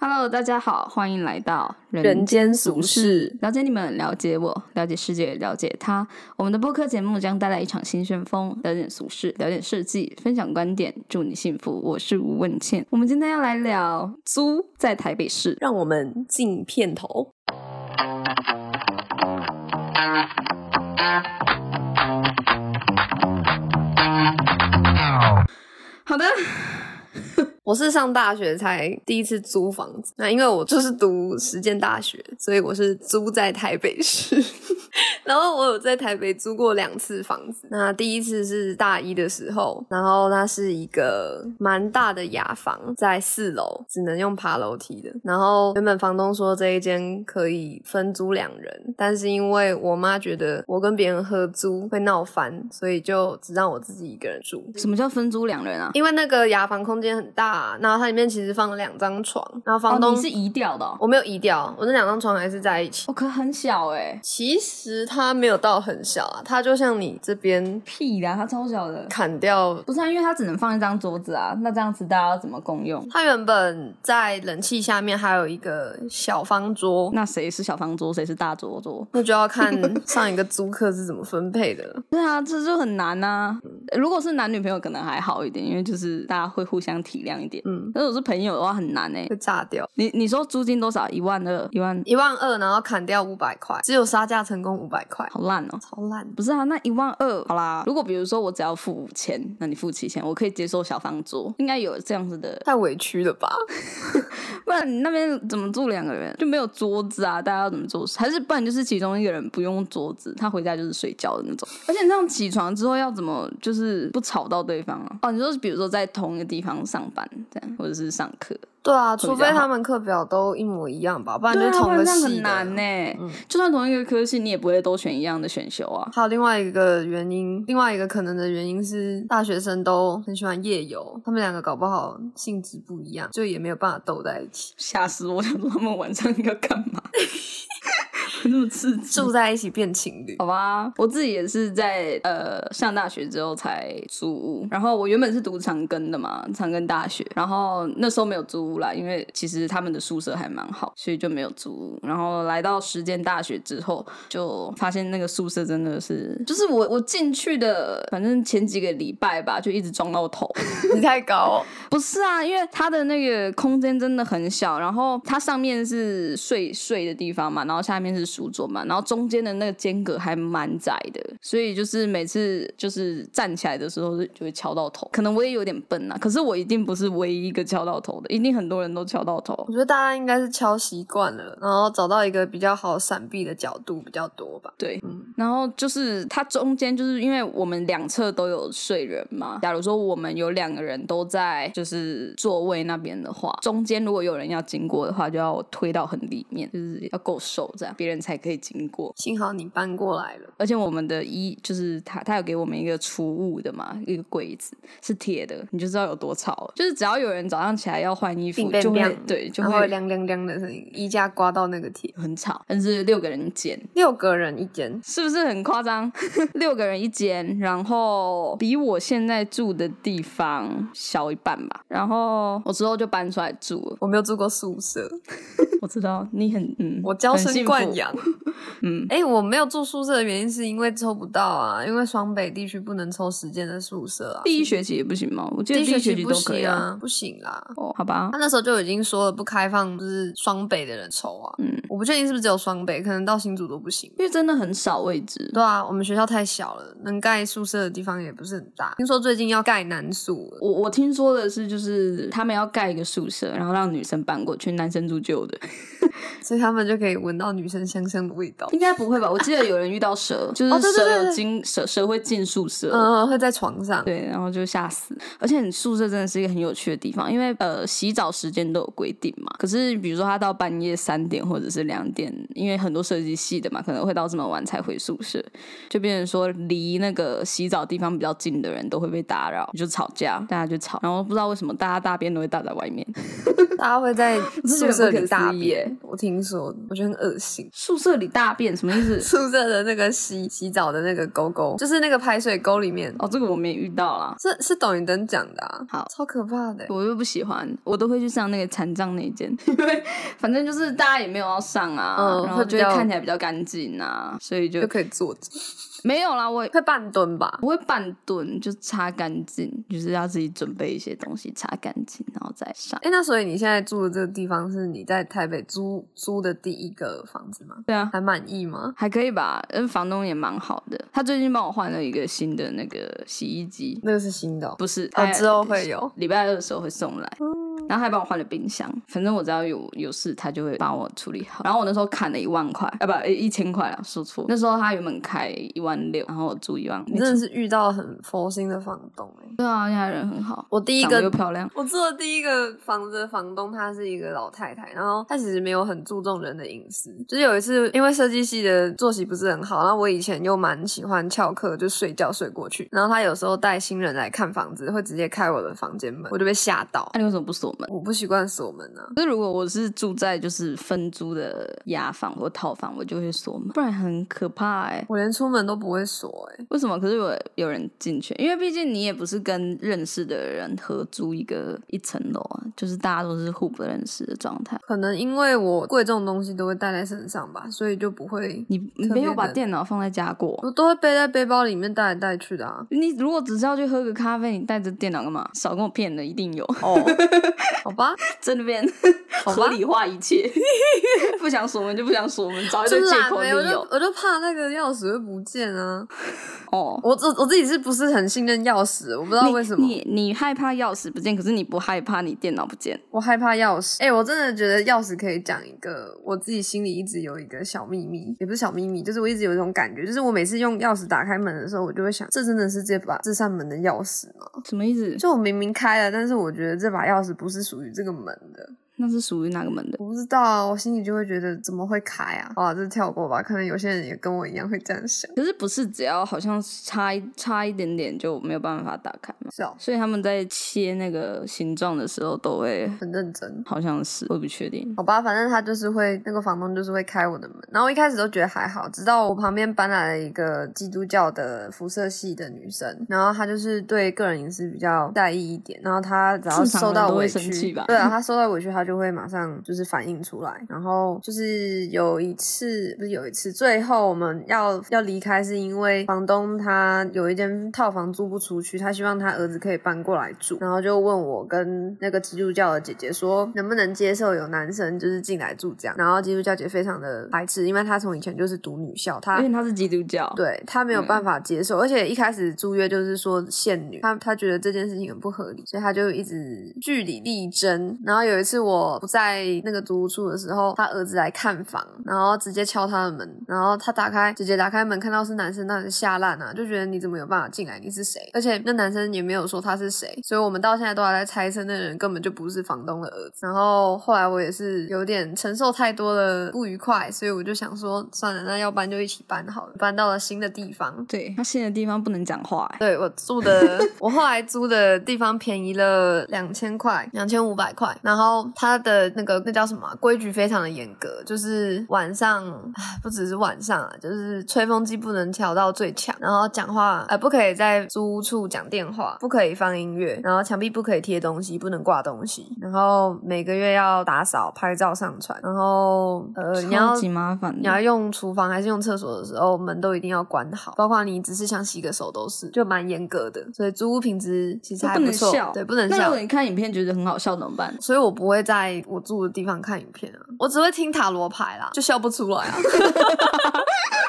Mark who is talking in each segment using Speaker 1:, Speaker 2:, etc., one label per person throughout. Speaker 1: Hello，大家好，欢迎来到
Speaker 2: 人间俗事，
Speaker 1: 了解你们，了解我，了解世界，了解他。我们的播客节目将带来一场新旋风，聊点俗事，聊点设计，分享观点，祝你幸福。我是吴文倩，我们今天要来聊租在台北市。
Speaker 2: 让我们进片头。
Speaker 1: 好的，
Speaker 2: 我是上大学才第一次租房子，那因为我就是读实践大学，所以我是租在台北市。 然后我有在台北租过两次房子，那第一次是大一的时候，然后它是一个蛮大的雅房，在四楼，只能用爬楼梯的。然后原本房东说这一间可以分租两人，但是因为我妈觉得我跟别人合租会闹翻，所以就只让我自己一个人住。
Speaker 1: 什么叫分租两人啊？
Speaker 2: 因为那个雅房空间很大，啊然后它里面其实放了两张床，然后房
Speaker 1: 哦
Speaker 2: 东、
Speaker 1: 你是移掉的哦，
Speaker 2: 我没有移掉，啊我那两张床还是在一起。
Speaker 1: 哦，可很小哎、
Speaker 2: 其实它没有到很小啊，它就像你这边
Speaker 1: 屁啦，它超小的。
Speaker 2: 砍掉。
Speaker 1: 不是、啊，因为它只能放一张桌子啊，那这样子大家要怎么共用？
Speaker 2: 它原本在冷气下面还有一个小方桌，
Speaker 1: 那谁是小方桌，谁是大桌桌？
Speaker 2: 那就要 看上一个租客是怎么分配的了。
Speaker 1: 对啊，这就很难啊。如果是男女朋友，可能还好一点，因为就是大家会互相体谅一点。
Speaker 2: 嗯，
Speaker 1: 但是我是朋友的话，很难哎、
Speaker 2: 会炸掉
Speaker 1: 你你说租金多少？一万二，一万，
Speaker 2: 一万二，然后砍掉五百块，只有杀价成功五百块，
Speaker 1: 好烂哦、
Speaker 2: 超烂的。
Speaker 1: 不是啊，那一万二，好啦。如果比如说我只要付五千，那你付七千，我可以接受小方桌，应该有这样子的。
Speaker 2: 太委屈了吧？
Speaker 1: 不然你那边怎么住两个人就没有桌子啊？大家要怎么做？还是不然就是其中一个人不用桌子，他回家就是睡觉的那种。而且你这样起床之后要怎么就是不吵到对方啊？哦，你说比如说在同一个地方上班这样，或者是上课，
Speaker 2: 对啊，
Speaker 1: 比较
Speaker 2: 除非
Speaker 1: 好
Speaker 2: 他们课表都一模一样吧，不然
Speaker 1: 对啊，
Speaker 2: 就
Speaker 1: 不
Speaker 2: 同
Speaker 1: 然
Speaker 2: 个
Speaker 1: 这样
Speaker 2: 系
Speaker 1: 很
Speaker 2: 的。
Speaker 1: 难呢、
Speaker 2: 嗯
Speaker 1: 就算同一个科系，你也不会都选一样的选修啊。
Speaker 2: 还有另外一个原因，另外一个可能的原因是大学生都很喜欢夜游，他们两个搞不好性质不一样，就也没有办法斗在一起。
Speaker 1: 吓死我！想说他们晚上要干 嘛？这么刺激？
Speaker 2: 住在一起变情侣，
Speaker 1: 好吧，我自己也是在呃上大学之后才租屋，然后我原本是读长庚的嘛，长庚大学，然后那时候没有租屋啦，因为其实他们的宿舍还蛮好，所以就没有租屋。然后来到实践大学之后，就发现那个宿舍真的是，就是我我进去的，反正前几个礼拜吧，就一直撞到头，
Speaker 2: 你太高、哦，
Speaker 1: 不是啊，因为它的那个空间真的很小，然后它上面是睡睡的地方嘛，然后下面是书桌嘛，然后中间的那个间隔还蛮窄的，所以就是每次就是站起来的时候就会敲到头。可能我也有点笨啊，可是我一定不是唯一一个敲到头的，一定很多人都敲到头
Speaker 2: 我。觉得大家应该是敲习惯了，然后找到一个比较好闪避的角度比较多吧。
Speaker 1: 对，
Speaker 2: 嗯
Speaker 1: 然后就是它中间就是因为我们两侧都有睡人嘛，假如说我们有两个人都在就是座位那边的话，中间如果有人要经过的话，就要推到很里面，就是要够瘦这样，别人才可以经过。
Speaker 2: 幸好你搬过来了，
Speaker 1: 而且我们的衣就是他，他有给我们一个储物的嘛，一个柜子是铁的，你就知道有多吵了。就是只要有人早上起来要换衣服
Speaker 2: 乒，乓
Speaker 1: 就会
Speaker 2: 乓
Speaker 1: 对就
Speaker 2: 然后会
Speaker 1: 会
Speaker 2: 亮亮亮的声音，衣架刮到那个铁，
Speaker 1: 很吵，但是六个人间，
Speaker 2: 六个人一间，
Speaker 1: 是不是很夸张？ 六个人一间，然后比我现在住的地方小一半吧。然后我之后就搬出来住了。
Speaker 2: 我没有住过宿舍，
Speaker 1: 我知道你很嗯，
Speaker 2: 我娇
Speaker 1: 很
Speaker 2: 生
Speaker 1: 幸
Speaker 2: 惯
Speaker 1: 福。
Speaker 2: 养。
Speaker 1: 嗯，
Speaker 2: 哎、我没有住宿舍的原因是因为抽不到啊，因为双北地区不能抽时间的宿舍啊。
Speaker 1: 第一学期也不行吗？我记得
Speaker 2: 第
Speaker 1: 第一学
Speaker 2: 期
Speaker 1: 期
Speaker 2: 不
Speaker 1: 都可以
Speaker 2: 行
Speaker 1: 啊。
Speaker 2: 啊，不行啦。
Speaker 1: 哦，好吧
Speaker 2: 他，那时候就已经说了不开放，就是双北的人抽啊。
Speaker 1: 嗯，
Speaker 2: 我不确定是不是只有双北，可能到新竹都不行。
Speaker 1: 因为真的很少位置。
Speaker 2: 对啊，我们学校太小了，能盖宿舍的地方也不是很大。听说最近要盖男宿了，
Speaker 1: 我我听说的是，就是他们要盖一个宿舍，然后让女生搬过去，男生住旧的。
Speaker 2: 所以他们就可以闻到女生香香的味 道。
Speaker 1: 应该不会吧？我记得有人遇到蛇，就
Speaker 2: 哦对
Speaker 1: 是
Speaker 2: 对对
Speaker 1: 蛇有
Speaker 2: 对
Speaker 1: 进蛇蛇会进宿舍。
Speaker 2: 嗯，会在床上。
Speaker 1: 对，然后就吓死。而且你宿舍真的是一个很有趣的地方，因为呃，洗澡时间都有规定嘛。可是比如说他到半夜三点或者是两点，因为很多设计系的嘛，可能会到这么晚才回宿舍，就变成说离那个洗澡地方比较近的人都会被打扰，就吵架，大家就吵。然后不知道为什么大家大便都会大在外面，
Speaker 2: 大家会在宿舍里
Speaker 1: 这个很不可
Speaker 2: 大
Speaker 1: 思议耶
Speaker 2: 便，我听说，我觉得很恶心。
Speaker 1: 宿舍里大便什么意思？
Speaker 2: 宿舍的那个洗洗澡的那个沟沟，就是那个排水沟里面，
Speaker 1: 哦，这个我没遇到啦，
Speaker 2: 是是董宇登讲的啊，
Speaker 1: 好
Speaker 2: 超可怕的欸。
Speaker 1: 我又不喜欢，我都会去上那个残障那一间， 因为反正就是大家也没有要上啊，
Speaker 2: 嗯
Speaker 1: 然后
Speaker 2: 会
Speaker 1: 就
Speaker 2: 比
Speaker 1: 会
Speaker 2: 较
Speaker 1: 看起来比较干净啊，所以就
Speaker 2: 就可以坐着，
Speaker 1: 没有啦，我。
Speaker 2: 会半蹲吧？
Speaker 1: 不会半蹲，就擦干净，就是要自己准备一些东西擦干净，然后再上。
Speaker 2: 哎、那所以你现在住的这个地方是你在台北租租的第一个房子吗？
Speaker 1: 对啊，
Speaker 2: 还满意吗？
Speaker 1: 还可以吧，嗯，房东也蛮好的，他最近帮我换了一个新的那个洗衣机，
Speaker 2: 那个是新的、哦，
Speaker 1: 不是，
Speaker 2: 哦
Speaker 1: 他，
Speaker 2: 之后会有。哦
Speaker 1: 礼拜二的时候会送来，然后还帮我换了冰箱。反正我只要有有事，他就会帮我处理好。然后我那时候砍了一万块，啊不，诶一千块啊，说错。那时候他原本开一万六，然后我租一万
Speaker 2: 你
Speaker 1: 五。
Speaker 2: 真的是遇到很佛心的房东哎、
Speaker 1: 对啊，家人很好，
Speaker 2: 我第一
Speaker 1: 长得
Speaker 2: 个
Speaker 1: 又漂亮。
Speaker 2: 我住的第一个房子的房东，她是一个老太太，然后她其实没有很注重人的隐私。就是有一次，因为设计系的作息不是很好，然后我以前又蛮喜欢翘课，就睡觉睡过去。然后她有时候带新人来看房子，会直接开我的房间门，我就被吓到。
Speaker 1: 那、你为什么不锁门？
Speaker 2: 我不习惯锁门啊，
Speaker 1: 可是如果我是住在就是分租的雅房或套房，我就会锁门，不然很可怕哎、
Speaker 2: 我连出门都不会锁哎、
Speaker 1: 为什么？可是有有人进去，因为毕竟你也不是跟认识的人合租一个一层楼啊，就是大家都是互不认识的状态。
Speaker 2: 可能因为我贵重东西都会带在身上吧，所以就不会，
Speaker 1: 你你
Speaker 2: 特
Speaker 1: 没
Speaker 2: 别
Speaker 1: 有把
Speaker 2: 的
Speaker 1: 电脑放在家过？
Speaker 2: 我都会背在背包里面带来带去的啊。
Speaker 1: 你如果只是要去喝个咖啡，你带着电脑干嘛？少跟我骗人，一定有
Speaker 2: 哦，好吧，
Speaker 1: 这边
Speaker 2: 好
Speaker 1: 合
Speaker 2: 吧。
Speaker 1: 理化一切， 不想锁门就不想锁门，找一
Speaker 2: 就
Speaker 1: 堆借
Speaker 2: 懒
Speaker 1: 口理
Speaker 2: 呗，我就
Speaker 1: 由。
Speaker 2: 我就怕那个钥匙会不见啊！
Speaker 1: 哦，
Speaker 2: 我我我自己是不是很信任钥匙？我不知道
Speaker 1: 你
Speaker 2: 为什么，
Speaker 1: 你你害怕钥匙不见，可是你不害怕你电脑不见？
Speaker 2: 我害怕钥匙。哎、我真的觉得钥匙可以讲一个我自己心里一直有一个小秘密，也不是小秘密，就是我一直有一种感觉，就是我每次用钥匙打开门的时候，我就会想，这真的是这把这扇门的钥匙吗？
Speaker 1: 什么意思？
Speaker 2: 哦就我明明开了，但是我觉得这把钥匙不是属于这个门的，
Speaker 1: 那是属于哪个门的？
Speaker 2: 我不知道啊，我心里就会觉得怎么会开啊？好啊，这跳过吧，可能有些人也跟我一样会这样想。
Speaker 1: 可是不是只要好像差一差一点点就没有办法打开吗？
Speaker 2: 是哦，
Speaker 1: 所以他们在切那个形状的时候都会，
Speaker 2: 很认真。
Speaker 1: 好像是我也不确定。
Speaker 2: 好吧，反正他就是会那个房东就是会开我的门，然后我一开始都觉得还好，直到我旁边搬来了一个基督教的辐射系的女生，然后她就是对个人隐私比较在意一点，然后她只要
Speaker 1: 正常
Speaker 2: 受
Speaker 1: 人
Speaker 2: 到
Speaker 1: 都会
Speaker 2: 委
Speaker 1: 生
Speaker 2: 屈
Speaker 1: 气吧，
Speaker 2: 对啊，她受到委屈她就会马上就是反应出来，然后就是有一次不是有一次，最后我们要要离开是因为房东他有一间套房租不出去，他希望他儿子可以搬过来住，然后就问我跟那个基督教的姐姐说能不能接受有男生就是进来住这样，然后基督教姐非常的排斥，因为她从以前就是读女校，她
Speaker 1: 因为他是基督教，
Speaker 2: 啊对她没有
Speaker 1: 嗯
Speaker 2: 办法接受，而且一开始租约就是说限女，她她觉得这件事情很不合理，所以她就一直据理力争。然后有一次我不在那个租屋处的时候，她儿子来看房，然后直接敲她的门，然后她打开姐姐打开门看到是男生，那是吓烂啊，就觉得你怎么有办法进来？你是谁？而且那男生也没有说他是谁，所以我们到现在都还在猜测那人根本就不是房东的儿子。然后后来我也是有点承受太多的不愉快，所以我就想说算了，那要搬就一起搬好了，搬到了新的地方。
Speaker 1: 对，他新的地方不能讲话、欸，
Speaker 2: 对我住 的，我后来租的地方便宜了两千块，两千五百块。然后它的那个那叫什么啊、规矩非常的严格，就是晚上，唉不只是晚上啊，就是吹风机不能调到最强，然后讲话，呃，不可以在租屋处讲电话，不可以放音乐，然后墙壁不可以贴东西，不能挂东西，然后每个月要打扫、拍照、上传，然后呃，你要
Speaker 1: 超级麻烦
Speaker 2: 你要
Speaker 1: 的。
Speaker 2: 用厨房还是用厕所的时候，门都一定要关好，包括你只是想洗个手都是，就蛮严格的。所以租屋品质其实还
Speaker 1: 不能
Speaker 2: 错，
Speaker 1: 笑，
Speaker 2: 对，不能
Speaker 1: 那如
Speaker 2: 笑
Speaker 1: 果。你看影片觉得很好笑怎么办？
Speaker 2: 所以我不会在我住的地方看影片啊，我只会听塔罗牌啦，就笑不出 来啊。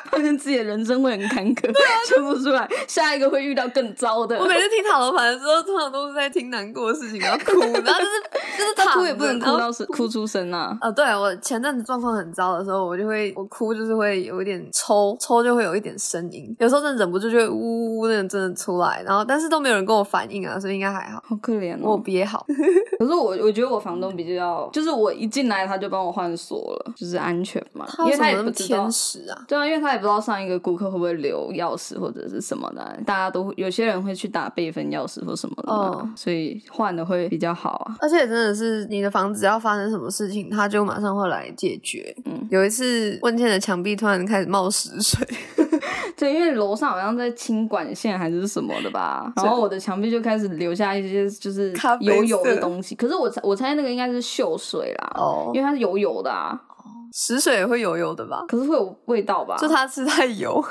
Speaker 1: 发现自己的人生会很坎坷， 笑不出来，下一个会遇到更糟的
Speaker 2: 我。每次听塔罗牌的时候，通常都是在听难过的事情，然后哭，然后就是就是躺
Speaker 1: 他
Speaker 2: 着
Speaker 1: 哭也不能
Speaker 2: 然
Speaker 1: 哭
Speaker 2: 后
Speaker 1: 到声哭出声啊！
Speaker 2: 呃，对我前阵子状况很糟的时候，我就会我哭就是会有一点抽，抽就会有一点声音，有时候真的忍不住就会呜呜呜那种真的出来，然后但是都没有人跟我反应啊，所以应该还好，
Speaker 1: 好可怜
Speaker 2: 我有
Speaker 1: 哦。
Speaker 2: 憋好。
Speaker 1: 可是我我觉得我房东比较要，就是我一进来他就帮我换锁了，就是安全嘛，
Speaker 2: 他
Speaker 1: 因
Speaker 2: 为
Speaker 1: 为
Speaker 2: 什么
Speaker 1: 他也
Speaker 2: 那
Speaker 1: 不
Speaker 2: 么
Speaker 1: 知道
Speaker 2: 天。使啊？
Speaker 1: 对啊，因为他也不知道上一个顾客会不会留钥匙或者是什么的啊，大家都有些人会去打备份钥匙或什么的嘛，
Speaker 2: 哦
Speaker 1: 所以换的会比较好啊。
Speaker 2: 而且真的是你的房子要发生什么事情，他就马上会来解决。
Speaker 1: 嗯
Speaker 2: 有一次问倩的墙壁突然开始冒屎 水，
Speaker 1: 对，因为楼上好像在清管线还是什么的吧，然后我的墙壁就开始留下一些就是
Speaker 2: 咖啡
Speaker 1: 油油的
Speaker 2: 色
Speaker 1: 东西，可是我猜我猜那个应该是锈水啦，
Speaker 2: 哦
Speaker 1: 因为它是油油的啊，
Speaker 2: 屎水也会油油的吧？
Speaker 1: 可是会有味道吧？
Speaker 2: 就他吃太 油，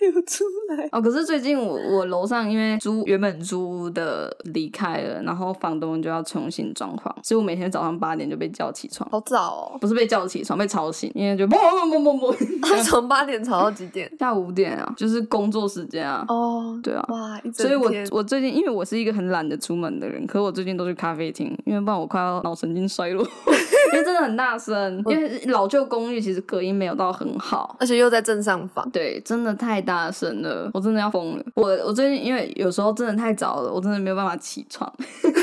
Speaker 2: 流出来。
Speaker 1: 哦，可是最近我我楼上因为租原本租屋的离开了，然后房东就要重新装潢，所以我每天早上八点就被叫起床，
Speaker 2: 好早哦，
Speaker 1: 不是被叫起床，被吵醒，因为就砰砰砰砰砰
Speaker 2: 他从八点吵到几点？
Speaker 1: 下午五点啊，就是工作时间啊，
Speaker 2: 哦，
Speaker 1: 对啊。
Speaker 2: 哇，一
Speaker 1: 所
Speaker 2: 整
Speaker 1: 以我
Speaker 2: 天
Speaker 1: 我最近因为我是一个很懒得出门的人，可我最近都去咖啡厅，因为不然我快要脑神经衰弱， 因为真的很大 声。因为老旧公寓其实隔音没有到很好，
Speaker 2: 而且又在正上方，
Speaker 1: 对，真的太大声了，我真的要疯了。我我最近因为有时候真的太早了，我真的没有办法起床，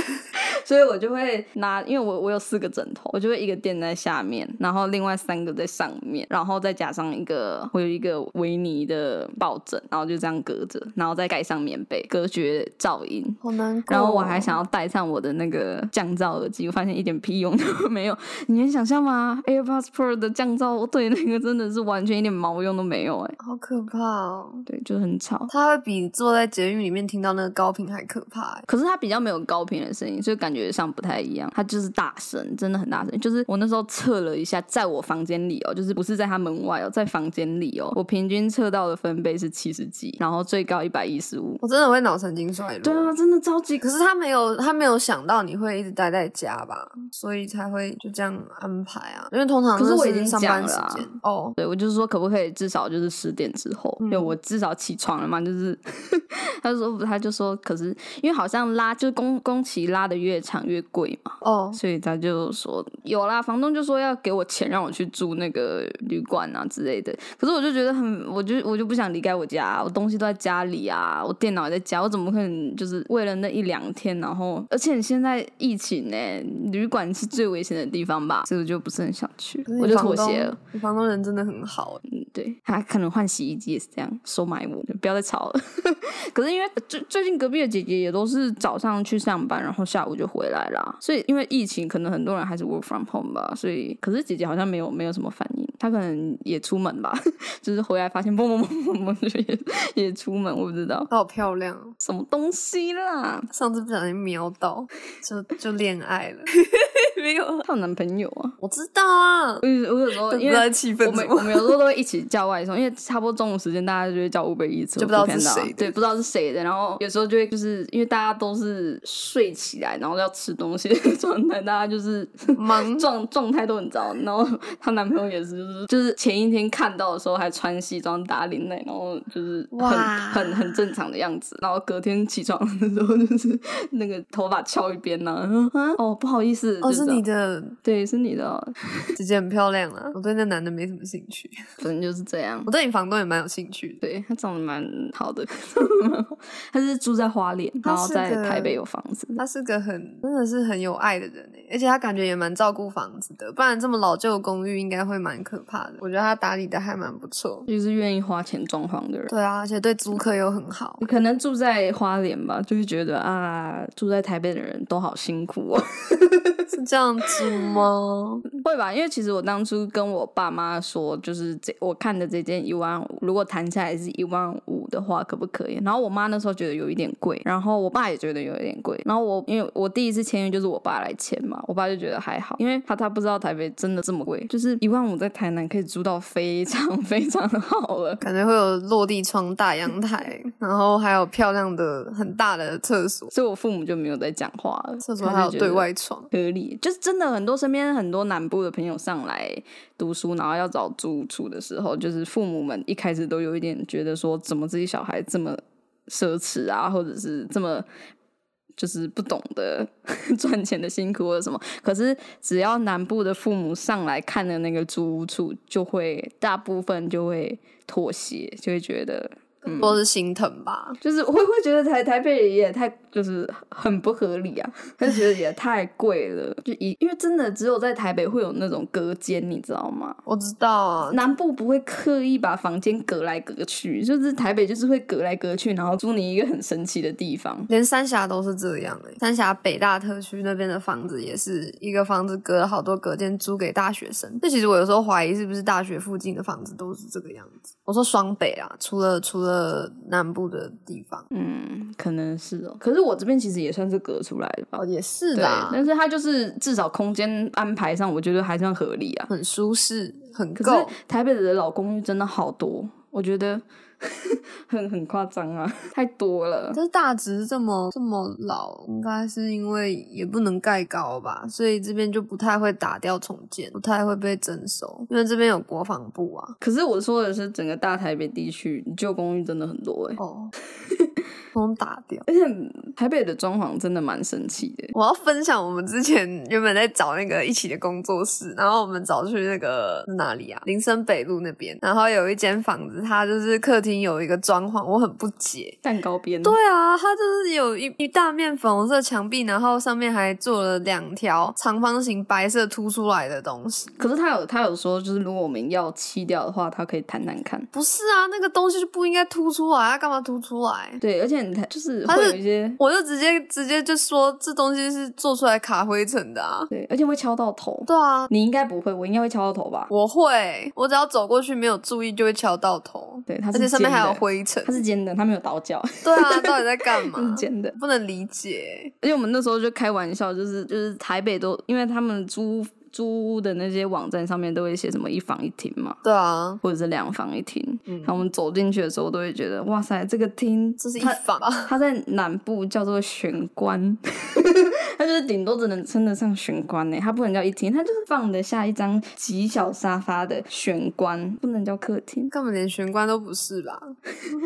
Speaker 1: 所以我就会拿，因为我我有四个枕头，我就会一个垫在下面，然后另外三个在上面，然后再加上一个我有一个维尼的抱枕，然后就这样隔着，然后再盖上棉被，隔绝噪音。
Speaker 2: 好难过。哦
Speaker 1: 然后我还想要戴上我的那个降噪耳机，我发现一点屁用都没有。你能想象吗？AirPods Pro 的降噪对那个真的是完全一点毛用都没有哎、
Speaker 2: 好可怕哦，
Speaker 1: 对，就很吵。
Speaker 2: 它会比坐在捷运里面听到那个高频还可怕欸。
Speaker 1: 可是它比较没有高频的声音，所以感觉上不太一样。它就是大声，真的很大声。就是我那时候测了一下，在我房间里哦，就是不是在它门外哦，在房间里哦，我平均测到的分贝是七十几，然后最高一百一十五。
Speaker 2: 我真的会脑神经衰弱。
Speaker 1: 对啊，真的超级
Speaker 2: 可是他没有，他没有想到你会一直待在家吧，所以才会就这样安排啊。因为通常
Speaker 1: 可是
Speaker 2: 那
Speaker 1: 我已经
Speaker 2: 上班时
Speaker 1: 讲了啊
Speaker 2: 间哦，
Speaker 1: 对，我就是说，可不可以至少就是十点之后，
Speaker 2: 嗯
Speaker 1: 就我至少起床了嘛？就是 他就说，他就说，可是因为好像拉就是工工期拉的越长越贵嘛，
Speaker 2: 哦，
Speaker 1: 所以他就说有啦，房东就说要给我钱让我去住那个旅馆啊之类的。可是我就觉得很，我就我就不想离开我家、我东西都在家里啊，我电脑也在家，我怎么可能就是为了那一两天，然后而且现在疫情呢、旅馆是最危险的地方吧，所以我就不是很想去
Speaker 2: 可是，你
Speaker 1: 我就
Speaker 2: 房
Speaker 1: 妥
Speaker 2: 东
Speaker 1: 协了。。
Speaker 2: 你房东人真的很好欸，
Speaker 1: 嗯，对，他可能换洗衣机也是这样收买我，不要再吵了。 可是因为最最近隔壁的姐姐也都是早上去上班，然后下午就回来啦，所以因为疫情，可能很多人还是 work from home 吧，所以可是姐姐好像没有没有什么反应，她可能也出门吧， 就是回来发现嘣嘣嘣嘣嘣就也也出门，我不知道
Speaker 2: 她好漂亮哦。
Speaker 1: 什么东西啦，
Speaker 2: 上次不小心瞄到，就就恋爱了， 没有啊，
Speaker 1: 她有男朋友啊，
Speaker 2: 我知道啊，
Speaker 1: 我有我有时候
Speaker 2: 就不
Speaker 1: 因
Speaker 2: 知道
Speaker 1: 为。
Speaker 2: 气
Speaker 1: 我
Speaker 2: 氛
Speaker 1: 们
Speaker 2: 怎
Speaker 1: 我
Speaker 2: 么。
Speaker 1: 们有时候都会一起叫外送，因为差不多中午时间，大家就会叫五百一次，
Speaker 2: 就不知道是
Speaker 1: Foodpanda
Speaker 2: 谁的
Speaker 1: 对，不知道是谁的。然后有时候就会就是因为大家都是睡起来，然后要吃东西的 状态，大家就是
Speaker 2: 忙
Speaker 1: 状状态都很糟。然后她男朋友也是，就是就是前一天看到的时候还穿西装打领带，然后就是
Speaker 2: 哇
Speaker 1: 很很很正常的样子。然后隔天起床的时候，就是 那个头发翘一边呢、啊，哦不好意思，
Speaker 2: 哦，
Speaker 1: 就是这样
Speaker 2: 你的
Speaker 1: 对，是你的哦、
Speaker 2: 姐姐很漂亮啊，我对那男的没什么兴趣，
Speaker 1: 反正就是这样
Speaker 2: 我。对你房东也蛮有兴趣的。
Speaker 1: 对他长得蛮好 的，长得蛮好他是住在花莲，
Speaker 2: 他
Speaker 1: 然后
Speaker 2: 是
Speaker 1: 在
Speaker 2: 个
Speaker 1: 台北有房子。
Speaker 2: 他是个很真的是很有爱的人欸诶，而且他感觉也蛮照顾房子的，不然这么老旧的公寓应该会蛮可怕的。我觉得他打理的还蛮不错。
Speaker 1: 就是愿意花钱装潢的人，
Speaker 2: 对啊，而且对租客又很好。
Speaker 1: 可能住在花莲吧，就会觉得啊，住在台北的人都好辛苦哦，
Speaker 2: 是这样子吗？
Speaker 1: 会吧？因为其实我当初跟我爸妈说，就是这我看的这间一万五，如果谈下来是一万五的话，可不可以？然后我妈那时候觉得有一点贵，然后我爸也觉得有一点贵，然后我因为我第一次签约就是我爸来签嘛，我爸就觉得还好，因为他他不知道台北真的这么贵，就是一万五在台南可以租到非常 非常好了。
Speaker 2: 感觉会有落地窗、大阳台，然后还有漂亮的很大的厕所，
Speaker 1: 所以我父母就没有在讲话了，
Speaker 2: 厕所
Speaker 1: 他
Speaker 2: 还有
Speaker 1: 就觉得
Speaker 2: 对外窗。
Speaker 1: 合理，就是真的很多身边很多南部的朋友上来读书，然后要找住处的时候，就是父母们一开始都有一点觉得说，怎么自己小孩这么奢侈啊，或者是这么就是不懂得 赚钱的辛苦或者什么。可是只要南部的父母上来看的那个租屋处，就会大部分就会妥协，就会觉得。嗯
Speaker 2: 或是心疼吧。
Speaker 1: 就是我会觉得台台北也太就是很不合理啊，但是觉得也太贵了，就一因为真的只有在台北会有那种隔间，你知道吗？
Speaker 2: 我知道啊，
Speaker 1: 南部不会刻意把房间隔来隔去，就是台北就是会隔来隔去，然后租你一个很神奇的地方。
Speaker 2: 连三峡都是这样、欸、三峡北大特区那边的房子也是一个房子隔了好多隔间租给大学生。这其实我有时候怀疑是不是大学附近的房子都是这个样子。我说双北啊，除了除了南部的地方，
Speaker 1: 嗯，可能是哦。可是我这边其实也算是隔出来的吧。
Speaker 2: 哦也是
Speaker 1: 对，
Speaker 2: 啦，
Speaker 1: 但是它就是至少空间安排上，我觉得还算合理啊。
Speaker 2: 很舒适，很
Speaker 1: 可是
Speaker 2: 够。
Speaker 1: 台北的老公寓真的好多，我觉得 很很夸张啊，太多了。
Speaker 2: 但是大直这么这么老，应该是因为也不能盖高吧，所以这边就不太会打掉重建，不太会被征收，因为这边有国防部啊。
Speaker 1: 可是我说的是整个大台北地区旧公寓真的很多哎、
Speaker 2: 哦，通通打掉。
Speaker 1: 而且台北的装潢真的蛮神奇的欸、
Speaker 2: 我要分享我们之前原本在找那个一起的工作室，然后我们找去那个是哪里啊？林森北路那边，然后有一间房子，它就是客厅有一个装潢，我很不解。
Speaker 1: 蛋糕边
Speaker 2: 对啊，它就是有一一大面粉红色墙壁，然后上面还做了两条长方形白色凸出来的东西。
Speaker 1: 可是他有他有说，就是如果我们要漆掉的话，他可以谈谈看。
Speaker 2: 不是啊，那个东西就不应该凸出来，它干嘛凸出来？
Speaker 1: 对，而且你台就是
Speaker 2: 它是
Speaker 1: 会有一些
Speaker 2: 我就直接直接就说这东西是做出来卡灰尘的啊。
Speaker 1: 对，而且会敲到头。
Speaker 2: 对啊，
Speaker 1: 你应该不会，我应该会敲到头吧？
Speaker 2: 我会，我只要走过去没有注意就会敲到头，
Speaker 1: 对，它
Speaker 2: 而
Speaker 1: 是
Speaker 2: 且上面
Speaker 1: 尖
Speaker 2: 还
Speaker 1: 的
Speaker 2: 有，灰尘
Speaker 1: 它。是尖的，它没有倒角，
Speaker 2: 对啊，到底在干
Speaker 1: 它是
Speaker 2: 嘛？
Speaker 1: 尖的。
Speaker 2: 不能理解。
Speaker 1: 而且我们那时候就开玩笑，就是就是台北都，因为他们租租屋的那些网站上面都会写什么一房一厅嘛，
Speaker 2: 对啊，
Speaker 1: 或者是两房一厅。
Speaker 2: 嗯
Speaker 1: 然后我们走进去的时候，都会觉得哇塞，这个厅
Speaker 2: 这是一
Speaker 1: 它
Speaker 2: 房吧？
Speaker 1: 它在南部叫做玄 关，它就是顶多只能称得上玄关欸呢，它不能叫一厅，它就是放得下一张极小沙发的玄关，不能叫客厅。
Speaker 2: 根本连玄关都不是 吧？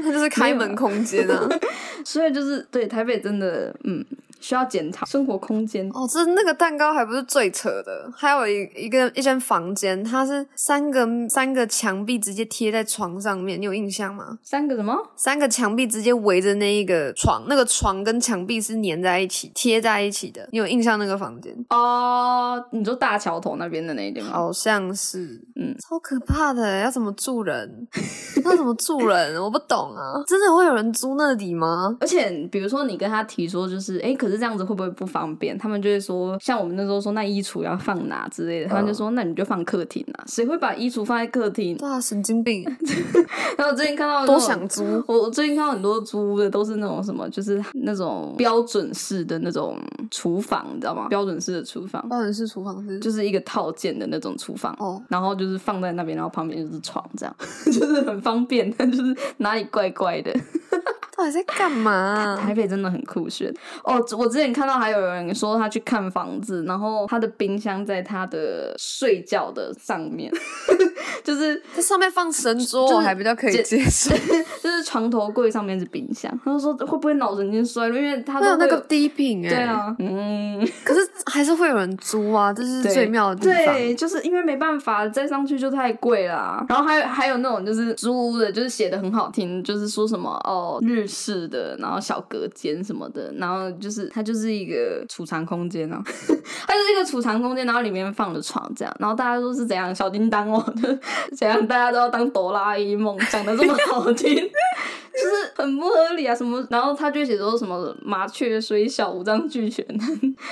Speaker 2: 它就是开门空间啊！
Speaker 1: 所以就是对台北真的，嗯，需要检讨生活空间。
Speaker 2: 哦，这那个蛋糕还不是最扯的，还有一一个一间房间，它是三个三个墙壁直接贴在床上面，你有印象吗？
Speaker 1: 三个什么？
Speaker 2: 三个墙壁直接围着那一个床，那个床跟墙壁是粘在一起、贴在一起的，你有印象那个房间？
Speaker 1: 哦，你说大桥头那边的那一点吗？
Speaker 2: 好像是，
Speaker 1: 嗯
Speaker 2: 超可怕的，欸要怎么住人？要怎么住人？我不懂啊，真的会有人租那里吗？
Speaker 1: 而且，比如说你跟他提说，就是哎、诶可是这样子会不会不方便？他们就会说，像我们那时候说，那衣橱要放哪之类的，他们就说，那你就放客厅啊。谁会把衣橱放在客厅？
Speaker 2: 嗯对啊，神经病，
Speaker 1: 然后我最近看到那种
Speaker 2: 多想租。
Speaker 1: 我我最近看到很多租屋的都是那种什么，就是那种标准式的那种厨房，你知道吗？标准式的厨房
Speaker 2: 到底是厨房 是？
Speaker 1: 就是一个套件的那种厨房，
Speaker 2: 哦，
Speaker 1: 然后就是放在那边，然后旁边就是床，这样 就是很方便， 但就是哪里怪怪的。
Speaker 2: 到底在干嘛啊、
Speaker 1: 台北真的很酷炫哦！我之前看到还有人说他去看房子，然后他的冰箱在他的睡觉的上面， 就是
Speaker 2: 在上面放神桌，
Speaker 1: 就是
Speaker 2: 我还比较可以接受。
Speaker 1: 就是床头柜上面是冰箱。他就说会不会脑神经衰弱，因为他
Speaker 2: 会
Speaker 1: 都
Speaker 2: 有那
Speaker 1: 会
Speaker 2: 个
Speaker 1: 有
Speaker 2: 低频 哎、
Speaker 1: 对，啊，嗯，
Speaker 2: 可是还是会有人租啊，这是
Speaker 1: 对
Speaker 2: 最妙的地方。
Speaker 1: 对，就是因为没办法，再上去就太贵啦。然后还有还有那种就是租屋的，就是写的很好听，就是说什么哦日式的，然后小隔间什么的，然后就是它就是一个储藏空间啊， 它就是一个储藏空间，然后里面放了床这样，然后大家都是怎样小叮当哦，就是怎样大家都要当哆啦 A 梦，讲的这么好听。 就是很不合理啊，什么，然后他就会写说什么麻雀虽小，五脏俱全，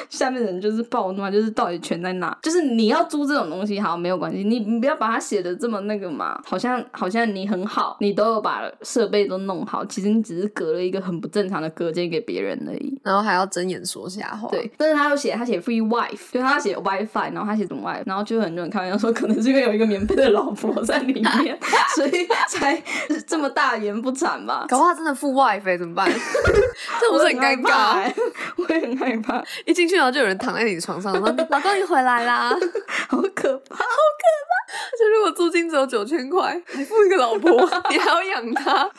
Speaker 1: 下面的人就是暴怒啊，就是到底全在哪？就是你要租这种东西，好没有关系，你你不要把它写的这么那个嘛，好像好像你很好，你都有把设备都弄好，其实你只是隔了一个很不正常的隔间给别人而已。
Speaker 2: 然后还要睁眼说瞎话。
Speaker 1: 对，但是他又写他写 free wife，就他要写 wifi，然后他写什么 wife，然后就很多人开玩笑说，可能是因为有一个免费的老婆在里 面，所以才这么大言不惭吧。
Speaker 2: 搞不好他真的付外费怎么办？ 这不是很
Speaker 1: 我
Speaker 2: 尴尬？
Speaker 1: 害怕欸，我也很害怕，
Speaker 2: 一进去然后就有人躺在你床上，说老公你回来啦。而
Speaker 1: 好可怕。
Speaker 2: 且如果租金只有九千块，还付一个老婆，你还要养她，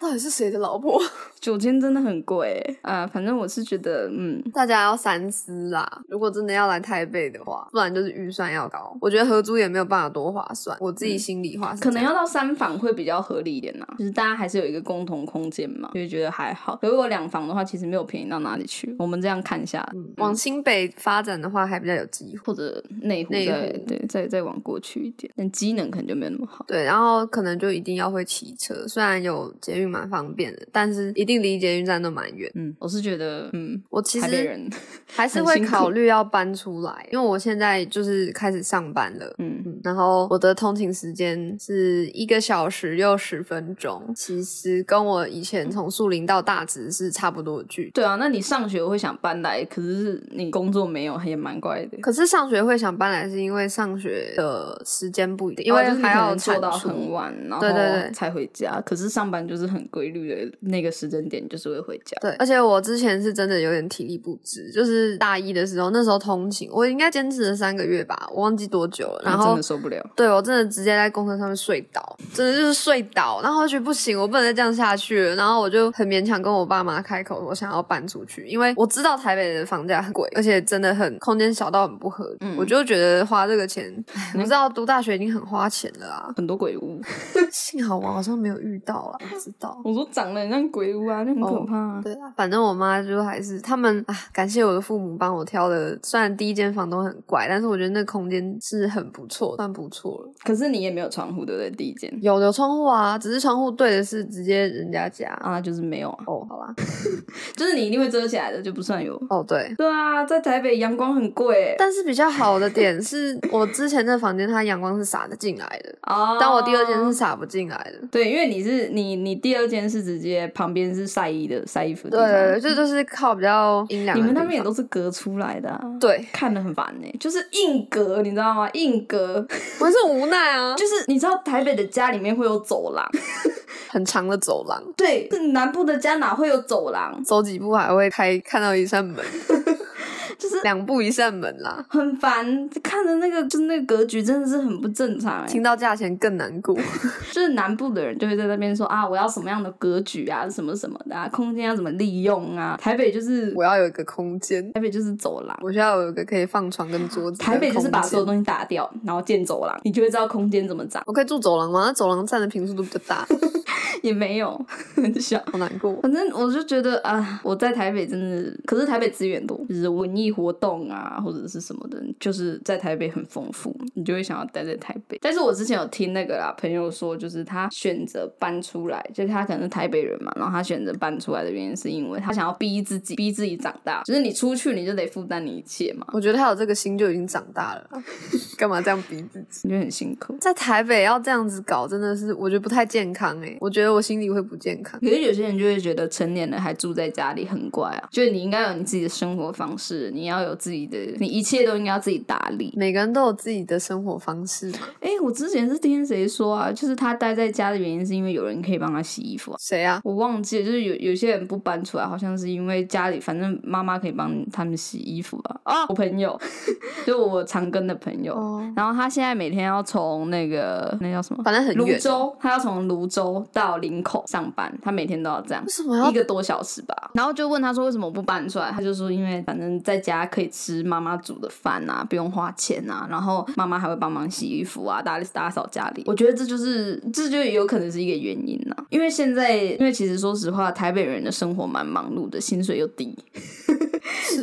Speaker 2: 到底是谁的老婆？
Speaker 1: 酒精真的很贵啊、反正我是觉得，嗯，
Speaker 2: 大家要三思啦。如果真的要来台北的话，不然就是预算要高。我觉得合租也没有办法多划算，我自己心里话是
Speaker 1: 嗯可能
Speaker 2: 这样
Speaker 1: 要到三房会比较合理一点呐、就是大家还是有一个共同空间嘛，就会觉得还好。可如果两房的话，其实没有便宜到哪里去。我们这样看一下，
Speaker 2: 往新北发展的话，还比较有机会。
Speaker 1: 或者内湖
Speaker 2: 内
Speaker 1: 再
Speaker 2: 湖
Speaker 1: 对再再往过去一点，但机能可能就没有那么好。
Speaker 2: 对，然后可能就一定要会骑车，虽然有捷运蛮方便的，但是一定离捷运站都蛮远。
Speaker 1: 嗯，我是觉得，嗯，
Speaker 2: 我其
Speaker 1: 台北
Speaker 2: 实
Speaker 1: 人，
Speaker 2: 还是
Speaker 1: 很
Speaker 2: 会
Speaker 1: 辛苦
Speaker 2: 考虑要搬出来，因为我现在就是开始上班了。
Speaker 1: 嗯，
Speaker 2: 嗯，然后我的通勤时间是一个小时又十分钟，其实跟我以前从树林到大直是差不多的距离。
Speaker 1: 对啊，那你上学会想搬来，可是是你工作没有，也蛮怪的。
Speaker 2: 可是上学会想搬来，是因为上学的时间不一定，因
Speaker 1: 哦
Speaker 2: 为
Speaker 1: 就是你
Speaker 2: 还
Speaker 1: 可
Speaker 2: 要
Speaker 1: 能做到
Speaker 2: 产出
Speaker 1: 很晚，然
Speaker 2: 对对
Speaker 1: 后
Speaker 2: 对
Speaker 1: 才回家。可是上班就是很规律的那个时间点，就是会回家。
Speaker 2: 对，而且我之前是真的有点体力不支，就是大一的时候，那时候通勤，我应该坚持了三个月吧，我忘记多久了。然
Speaker 1: 啊真
Speaker 2: 后
Speaker 1: 的，受不了。
Speaker 2: 对我真的直接在公车上面睡倒，真的就是睡倒。然后我觉得不行，我不能再这样下去了。然后我就很勉强跟我爸妈开口，我想要搬出去，因为我知道台北的房价很贵，而且真的很空间小到很不合理。我就觉得花这个钱，唉我知道读大学已经很花钱了啊。
Speaker 1: 很多鬼屋，
Speaker 2: 幸好我好像没有遇到啦，不知道。
Speaker 1: 我说长得很像鬼屋啊，那很可怕、啊
Speaker 2: 对啊，反正我妈就还是他们啊，感谢我的父母帮我挑的。虽然第一间房东很怪，但是我觉得那空间是很不错，算不错了。
Speaker 1: 可是你也没有窗户，对不对？第一间
Speaker 2: 有有窗户啊，只是窗户对的是直接人家家。
Speaker 1: 啊，就是没有啊，
Speaker 2: 哦，好啦，
Speaker 1: 就是你一定会遮起来的，就不算有。
Speaker 2: 哦对。
Speaker 1: 对啊，在台北阳光很贵欸
Speaker 2: 但是比较好的点是我之前那房间，它阳光是洒得进来的，
Speaker 1: 哦
Speaker 2: 但我第二间是洒不进来的。
Speaker 1: 对，因为你是你你第二间是直接旁边是晒衣的晒衣服的
Speaker 2: 对
Speaker 1: 地方，
Speaker 2: 对对，这就是靠比较阴凉的
Speaker 1: 你们
Speaker 2: 地方。
Speaker 1: 那边也都是隔出来的、啊，
Speaker 2: 对，
Speaker 1: 看得很烦呢、就是硬隔，你知道吗？硬隔
Speaker 2: 我是无奈啊，就
Speaker 1: 就是你知道台北的家里面会有走廊，
Speaker 2: 很长的走廊，
Speaker 1: 对，是南部的家哪会有走廊？
Speaker 2: 走几步还会开看到一扇门，
Speaker 1: 就是
Speaker 2: 两步一扇门啦。
Speaker 1: 很烦，看着那个就是那个格局真的是很不正常哎、
Speaker 2: 听到价钱更难过。
Speaker 1: 就是南部的人就会在那边说啊，我要什么样的格局啊，什么什么的、啊，空间要怎么利用啊。台北就是
Speaker 2: 我要有一个空间，
Speaker 1: 台北就是走廊，
Speaker 2: 我需要有一个可以放床跟桌子的空间。
Speaker 1: 台北就是把所有东西打掉，然后建走廊，你就会知道空间怎么长。
Speaker 2: 我可以住走廊吗？那走廊占的平数都比较大，
Speaker 1: 也没有 很小，
Speaker 2: 好难过。
Speaker 1: 反正我就觉得啊，我在台北真的，可是台北资源多，就是文艺活动啊，或者是什么的，就是在台北很丰富，你就会想要待在台北。但是我之前有听那个啦，朋友说，就是他选择搬出来，就是他可能是台北人嘛，然后他选择搬出来的原因是因为他想要逼自己，逼自己长大，就是你出去你就得负担你一切嘛，
Speaker 2: 我觉得他有这个心就已经长大了， 干嘛这样逼自己？
Speaker 1: 你就很辛苦。
Speaker 2: 在台北要这样子搞，真的是我觉得不太健康哎、我觉得我心里会不健康。
Speaker 1: 可是有些人就会觉得成年人还住在家里很怪啊，就是你应该有你自己的生活方式，你要有自己的，你一切都应该要自己打理。
Speaker 2: 每个人都有自己的生活方式嘛，
Speaker 1: 哎、我之前是听谁说啊，就是他待在家的原因是因为有人可以帮他洗衣服啊。
Speaker 2: 谁啊？
Speaker 1: 我忘记了，就是有有些人不搬出来，好像是因为家里反正妈妈可以帮他们洗衣服吧。啊，我朋友， 就我长庚的朋友，
Speaker 2: 哦，
Speaker 1: 然后他现在每天要从那个那叫什么
Speaker 2: 反正很
Speaker 1: 泸
Speaker 2: 远。哦
Speaker 1: 州，他要从泸州到林口上班，他每天都要这样
Speaker 2: 为。什么要
Speaker 1: 一个多小时吧，然后就问他说为什么不搬出来，他就说因为反正在家可以吃妈妈煮的饭啊，不用花钱啊，然后妈妈还会帮忙洗衣服啊，打理打扫家里。我觉得这就是这就有可能是一个原因啊，因为现在因为其实说实话，台北人的生活蛮忙碌的，薪水又低，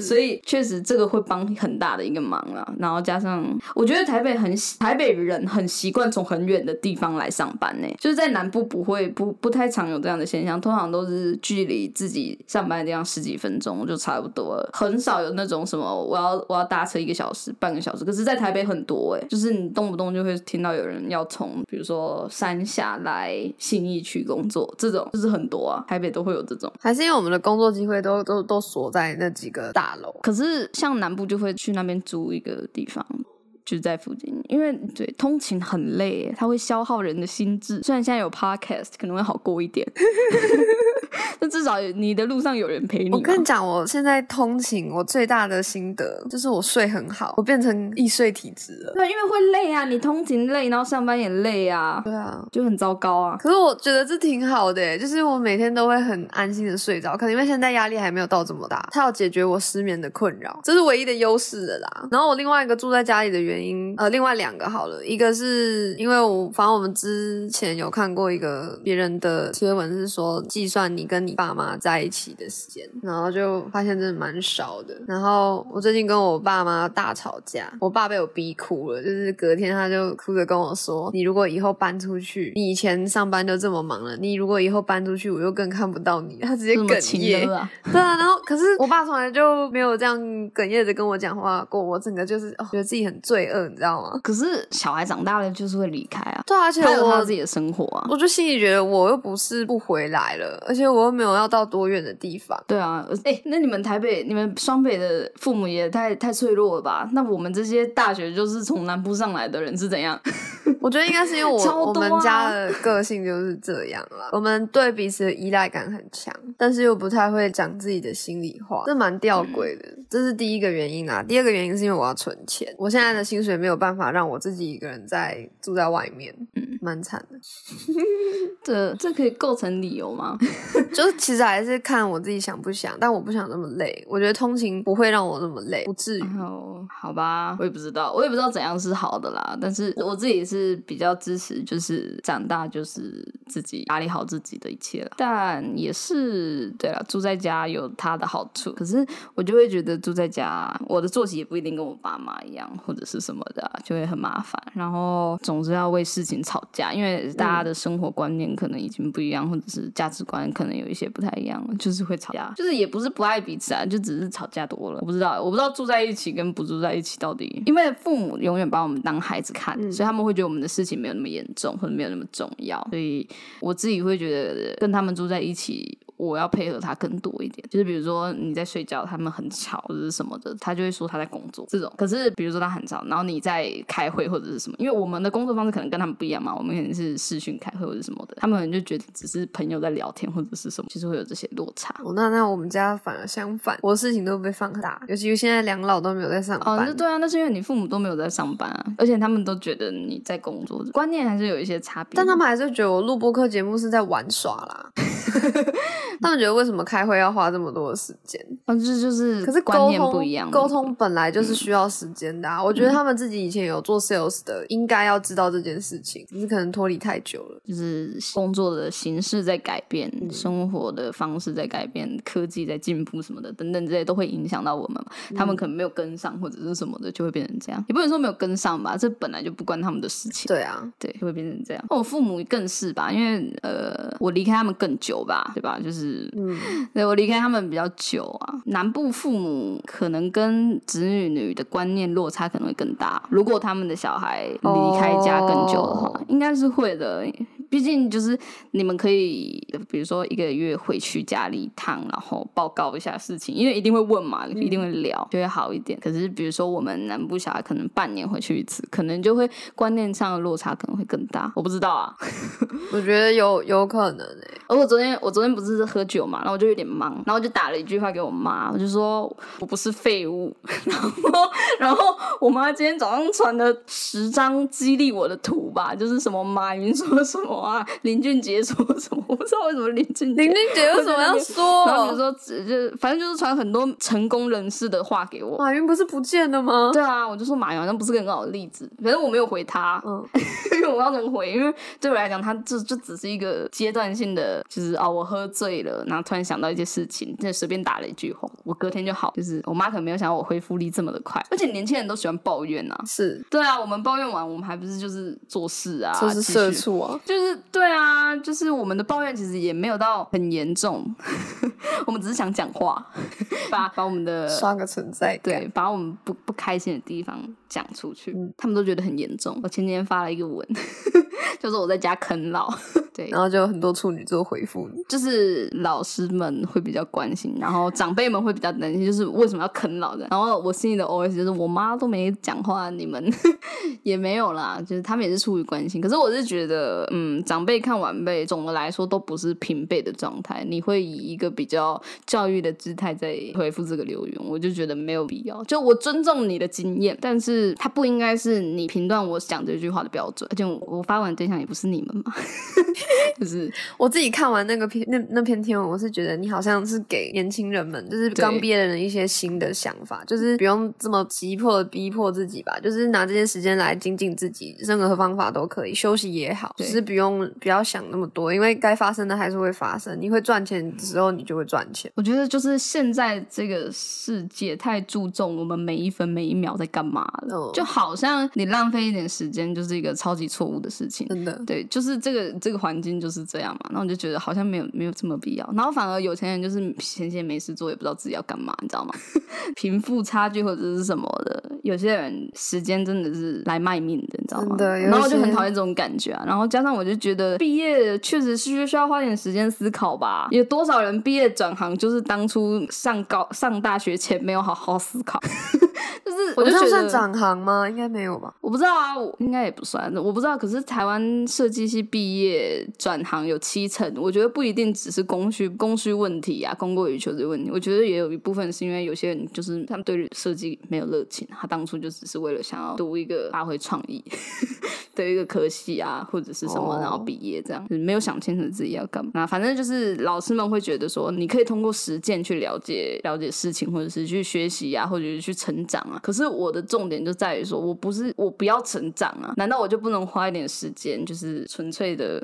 Speaker 1: 所以确实这个会帮很大的一个忙啦。然后加上，我觉得台北很习台北人很习惯从很远的地方来上班呢、就是在南部不会不不太常有这样的现象，通常都是距离自己上班的地方十几分钟就差不多了，很少有那种什么我要我要搭车一个小时、半个小时。可是，在台北很多哎、就是你动不动就会听到有人要从比如说山下来信义区工作，这种就是很多啊，台北都会有这种。
Speaker 2: 还是因为我们的工作机会都都都锁在那几个大楼？
Speaker 1: 可是像南部就会去那边租一个地方，就是在附近，因为对通勤很累耶，它会消耗人的心智。虽然现在有 podcast 可能会好过一点， 那至少你的路上有人陪你嘛。
Speaker 2: 我跟你讲，我现在通勤，我最大的心得就是我睡很好，我变成易睡体质了。
Speaker 1: 对，因为会累啊，你通勤累，然后上班也累啊，
Speaker 2: 对啊，
Speaker 1: 就很糟糕啊。
Speaker 2: 可是我觉得这挺好的欸，就是我每天都会很安心的睡着，可能因为现在压力还没有到这么大，它有解决我失眠的困扰，这是唯一的优势的啦。然后我另外一个住在家里的原因，呃，另外两个好了，一个是因为我反正我们之前有看过一个别人的贴文，是说计算你跟你爸妈在一起的时间，然后就发现真的蛮少的。然后我最近跟我爸妈大吵架，我爸被我逼哭了，就是隔天他就哭着跟我说：“你如果以后搬出去，你以前上班都这么忙了，你如果以后搬出去，我又更看不到你。”他直接
Speaker 1: 这么
Speaker 2: 哽
Speaker 1: 勤
Speaker 2: 咽，
Speaker 1: 的啊，
Speaker 2: 对啊。然后可是我爸从来就没有这样哽咽着跟我讲话过，我整个就是、哦、觉得自己很罪恶，你知道吗？
Speaker 1: 可是小孩长大了就是会离开啊，
Speaker 2: 对啊，而且
Speaker 1: 他有他
Speaker 2: 我
Speaker 1: 自己的生活啊。
Speaker 2: 我就心里觉得我又不是不回来了，而且我又没有要到多远的地方。
Speaker 1: 对啊，哎、那你们台北、你们双北的父母也太太脆弱了吧？那我们这些大学就是从南部上来的人是怎样？
Speaker 2: 我觉得应该是因为我、
Speaker 1: 超
Speaker 2: 我
Speaker 1: 多啊
Speaker 2: 们家的个性就是这样啦，我们对彼此的依赖感很强，但是又不太会讲自己的心里话，这蛮吊
Speaker 1: 嗯
Speaker 2: 诡的。这是第一个原因啊啦。第二个原因是因为我要存钱，我现在的薪水没有办法让我自己一个人在住在外面，嗯，蛮惨的。
Speaker 1: 这这可以构成理由吗？
Speaker 2: 就是其实还是看我自己想不想，但我不想那么累。我觉得通勤不会让我那么累，不至于。
Speaker 1: 哦，好吧，我也不知道，我也不知道怎样是好的啦。但是我自己是比较支持，就是长大就是自己打理好自己的一切了。但也是对了，住在家有它的好处，可是我就会觉得住在家，我的作息也不一定跟我爸妈一样，或者是什么的啊、就会很麻烦。然后总是要为事情吵架，因为大家的生活观念可能已经不一样，或者是价值观可能有一些不太一样了，就是会吵架。就是也不是不爱彼此啊，就只是吵架多了。我不知道，我不知道住在一起跟不住在一起到底，因为父母永远把我们当孩子看，所以他们会觉得我们的事情没有那么严重，或者没有那么重要。所以我自己会觉得跟他们住在一起。我要配合他更多一点，就是比如说你在睡觉，他们很吵或者是什么的，他就会说他在工作这种。可是比如说他很吵，然后你在开会或者是什么，因为我们的工作方式可能跟他们不一样嘛，我们可能是视讯开会或者什么的，他们可能就觉得只是朋友在聊天或者是什么，其实会有这些落差。
Speaker 2: 哦，那那我们家反而相反，我的事情都被放大，尤其现在两老都没有在上
Speaker 1: 哦，
Speaker 2: 班，
Speaker 1: 那对啊，那是因为你父母都没有在上班啊，而且他们都觉得你在工作，观念还是有一些差别。
Speaker 2: 但他们还是觉得我录播客节目是在玩耍啦。 他们觉得为什么开会要花这么多的时间？
Speaker 1: 哦，这就是
Speaker 2: 可是
Speaker 1: 观
Speaker 2: 沟
Speaker 1: 念
Speaker 2: 通
Speaker 1: 不一样，
Speaker 2: 沟通本来
Speaker 1: 嗯
Speaker 2: 就是需要时间的、啊。我觉得他们自己以前有做 sales 的，应该要知道这件事情，只是可能脱离太久了。
Speaker 1: 就是工作的形式在改变，生活的方式在改变，科技在进步什么的等等之类都会影响到我们嘛。他们可能没有跟上或者是什么的，就会变成这样。也不能说没有跟上吧，这本来就不关他们的事情。
Speaker 2: 对啊，
Speaker 1: 对，就会变成这样。我父母更是吧，因为呃，我离开他们更久吧，对吧？就是，
Speaker 2: 嗯
Speaker 1: 对我离开他们比较久啊。南部父母可能跟子女女的观念落差可能会更大，如果他们的小孩离开家更久的话，
Speaker 2: 哦
Speaker 1: 应该是会的。毕竟就是你们可以，比如说一个月回去家里一趟，然后报告一下事情，因为一定会问嘛，一定会聊，就会好一点。可是比如说我们南部小孩可能半年回去一次，可能就会观念上的落差可能会更大，我不知道啊。
Speaker 2: 我觉得有有可能欸诶、
Speaker 1: 而我昨天我昨天不是喝酒嘛，然后我就有点忙，然后我就打了一句话给我妈，我就说我不是废物。 然后然后我妈今天早上传了十张激励我的图吧，就是什么马云说什么啊，林俊杰说什么，我不知道为什么林俊杰
Speaker 2: 林。俊杰为什么要
Speaker 1: 然后你
Speaker 2: 说？
Speaker 1: 说，就反正就是传很多成功人士的话给我。
Speaker 2: 马云不是不见了吗？
Speaker 1: 对啊，我就说马云好像不是个很好的例子，反正我没有回他，
Speaker 2: 嗯，
Speaker 1: 因为我要能回，因为对我来讲，他这就只是一个阶段性的，就是哦，我喝醉了，然后突然想到一些事情，就随便打了一句话，我隔天就好。就是我妈可能没有想到我恢复力这么的快，而且年轻人都喜欢抱怨啊。
Speaker 2: 是，
Speaker 1: 对啊，我们抱怨完，我们还不是就是做事啊，
Speaker 2: 就是
Speaker 1: 继续
Speaker 2: 社畜啊。
Speaker 1: 就是对啊，就是我们的抱怨其实也没有到很严重， 我们只是想讲话， 把把我们的
Speaker 2: 刷个存在感，
Speaker 1: 对，把我们不不开心的地方讲出去，
Speaker 2: 嗯
Speaker 1: 他们都觉得很严重。我前几天发了一个文，就是我在家啃老，对
Speaker 2: 然后就有很多处女座回复你。
Speaker 1: 就是老师们会比较关心，然后长辈们会比较担心，就是为什么要啃老人？然后我心里的 OS 就是我妈都没讲话，你们 也没有啦，就是他们也是出于关心。可是我是觉得，嗯，长辈看晚辈，总的来说都不是平辈的状态，你会以一个比较教育的姿态在回复这个留言，我就觉得没有必要。就我尊重你的经验，但是它不应该是你评断我讲这句话的标准。而且我我发文对象也不是你们嘛， 就是
Speaker 2: 我自己看完那个篇那那篇天文，我是觉得你好像是给年轻人们，就是刚
Speaker 1: 对
Speaker 2: 毕业的人一些新的想法，就是不用这么急迫的逼迫自己吧，就是拿这些时间来精进自己，任何方法都可以，休息也好，只
Speaker 1: 对
Speaker 2: 是不用不要想那么多，因为该发生的还是会发生，你会赚钱的时候你就会赚钱。
Speaker 1: 我觉得就是现在这个世界太注重我们每一分每一秒在干嘛了，
Speaker 2: 嗯
Speaker 1: 就好像你浪费一点时间就是一个超级错误的事情。
Speaker 2: 真的，
Speaker 1: 对，就是这个这个环境就是这样嘛，然后我就觉得好像没有没有这么必要，然后反而有钱人就是闲闲没事做，也不知道自己要干嘛，你知道吗？ 贫富差距或者是什么的，有些人时间真的是来卖命的，你知道吗？
Speaker 2: 真的有一些
Speaker 1: 然后我就很讨厌这种感觉啊，然后加上我就觉得毕业确实是需要花点时间思考吧，有多少人毕业转行就是当初上高上大学前没有好好思考，就是我
Speaker 2: 我
Speaker 1: 就觉
Speaker 2: 这样
Speaker 1: 得
Speaker 2: 算转行吗？应该没有吧？
Speaker 1: 我不知道啊，我应该也不算，我不知道。可是台湾设计系毕业转行有七成，我觉得不一定只是供需供需问题啊，供过于求这个问题。我觉得也有一部分是因为有些人就是他们对设计没有热情，他当初就只是为了想要读一个发挥创意的一个科系啊，或者是什么，
Speaker 2: 哦
Speaker 1: 然后毕业这样，就是没有想清楚自己要干嘛。那反正就是老师们会觉得说，你可以通过实践去了解了解事情，或者是去学习啊，或者是去成长啊。可是我的重点就在于说，我不是我不要成长啊，难道我就不能花一点时间，就是纯粹的？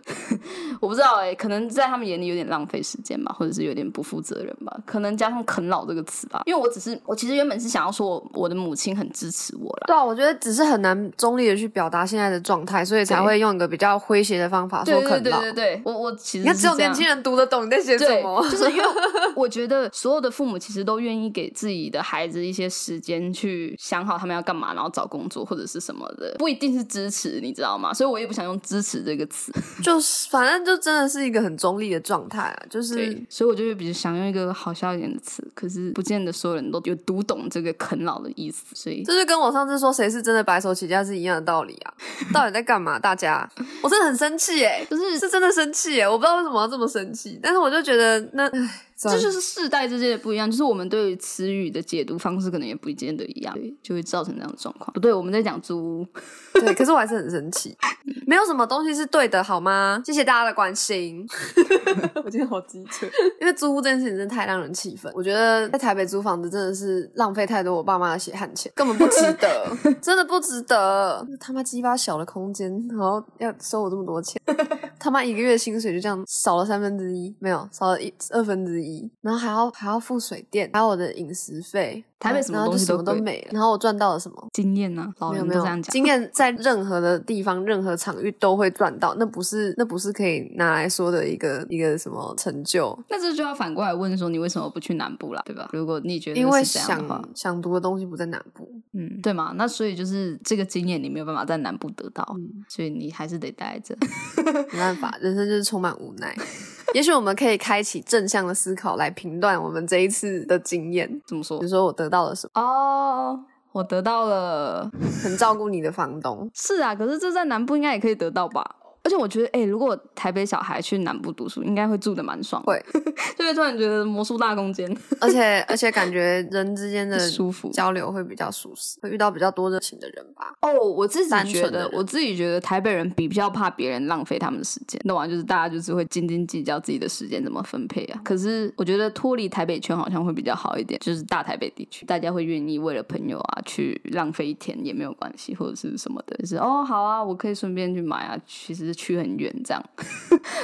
Speaker 1: 我不知道哎、可能在他们眼里有点浪费时间吧，或者是有点不负责任吧，可能加上“啃老”这个词吧。因为我只是我其实原本是想要说我我的母亲很支持我啦。
Speaker 2: 对啊，我觉得只是很难中立的去表达现在的状态，所以才
Speaker 1: 对
Speaker 2: 会用一个比较诙谐的方法
Speaker 1: 对
Speaker 2: 说
Speaker 1: 对
Speaker 2: 啃
Speaker 1: 对
Speaker 2: 老。
Speaker 1: 对对，我我其实
Speaker 2: 你看，
Speaker 1: 是
Speaker 2: 只有
Speaker 1: 这样
Speaker 2: 年轻人读得懂你在写什
Speaker 1: 对，
Speaker 2: 么。
Speaker 1: 就是因为我觉得所有的父母其实都愿意给自己的孩子一些时间去想好他们要干嘛，然后找工作或者是什么的，不一定是支持，你知道吗？所以我也不想用支持这个词，
Speaker 2: 就是反正就真的是一个很中立的状态啊，就是
Speaker 1: 对，所以我就会比较想用一个好笑一点的词，可是不见得所有人都有读懂这个啃老的意思，所以
Speaker 2: 这就跟我上次说谁是真的白手起家是一样的道理 啊。到底在干嘛？大家，我真的很生气耶、
Speaker 1: 就是。
Speaker 2: 是真的生气耶、我不知道为什么要这么生气，但是我就觉得那，唉算
Speaker 1: 这
Speaker 2: 了
Speaker 1: 就是世代之间的不一样，就是我们对于词语的解读方式可能也不见得一样，对，就会造成这样的状况。不对，我们在讲租屋，
Speaker 2: 对，可是我还是很生气，没有什么东西是对的，好吗？谢谢大家的关 心。我今天好机车， 因为租屋这件事情真的太让人气愤。我觉得在台北租房子真的是浪费太多我爸妈的血汗钱，根本不值得， 真的不值得。他妈鸡巴小的空间，然后要收我这么多钱，他妈一个月薪水就这样少了三分之一，没有少了一二分之一，然后还要还要付水电，还有我的饮食费，
Speaker 1: 台北什么
Speaker 2: 然后就
Speaker 1: 东西
Speaker 2: 什
Speaker 1: 都
Speaker 2: 么都
Speaker 1: 贵
Speaker 2: 没了，然后我赚到了什么？
Speaker 1: 经验呢、老
Speaker 2: 没有
Speaker 1: 人
Speaker 2: 没
Speaker 1: 哦都
Speaker 2: 有
Speaker 1: 这样讲。
Speaker 2: 经验在任何的地方、任何场域都会赚到，那不是那不是可以拿来说的一个一个什么成就，
Speaker 1: 那这就要反过来问说，你为什么不去南部啦，对吧？如果你觉得
Speaker 2: 因为
Speaker 1: 是这样的话
Speaker 2: 想，想读的东西不在南部，
Speaker 1: 嗯，对嘛？那所以就是这个经验你没有办法在南部得到，
Speaker 2: 嗯
Speaker 1: 所以你还是得待 着。
Speaker 2: 没办法，人生就是充满无奈。 也许我们可以开启正向的思考来评断我们这一次的经验，比
Speaker 1: 怎么说
Speaker 2: 如？说我得到了什么，
Speaker 1: 哦，我得到了。
Speaker 2: 很照顾你的房东，
Speaker 1: 是啊，可是这在南部应该也可以得到吧？而且我觉得，哎、如果台北小孩去南部读书，应该会住的蛮爽的，
Speaker 2: 会，
Speaker 1: 就会突然觉得魔术大空间
Speaker 2: 而且而且感觉人之间的
Speaker 1: 舒服。
Speaker 2: 交流会比较舒适，会遇到比较多热情的人吧。
Speaker 1: 哦，我自己
Speaker 2: 单
Speaker 1: 觉
Speaker 2: 纯的
Speaker 1: 得，
Speaker 2: 人
Speaker 1: 我自己觉得台北人比较怕别人浪费他们的时间，那完就是大家就是会斤斤计较自己的时间怎么分配啊。可是我觉得脱离台北圈好像会比较好一点，就是大台北地区，大家会愿意为了朋友啊去浪费一天也没有关系，或者是什么的，就是哦好啊，我可以顺便去买啊，其实去很远这样，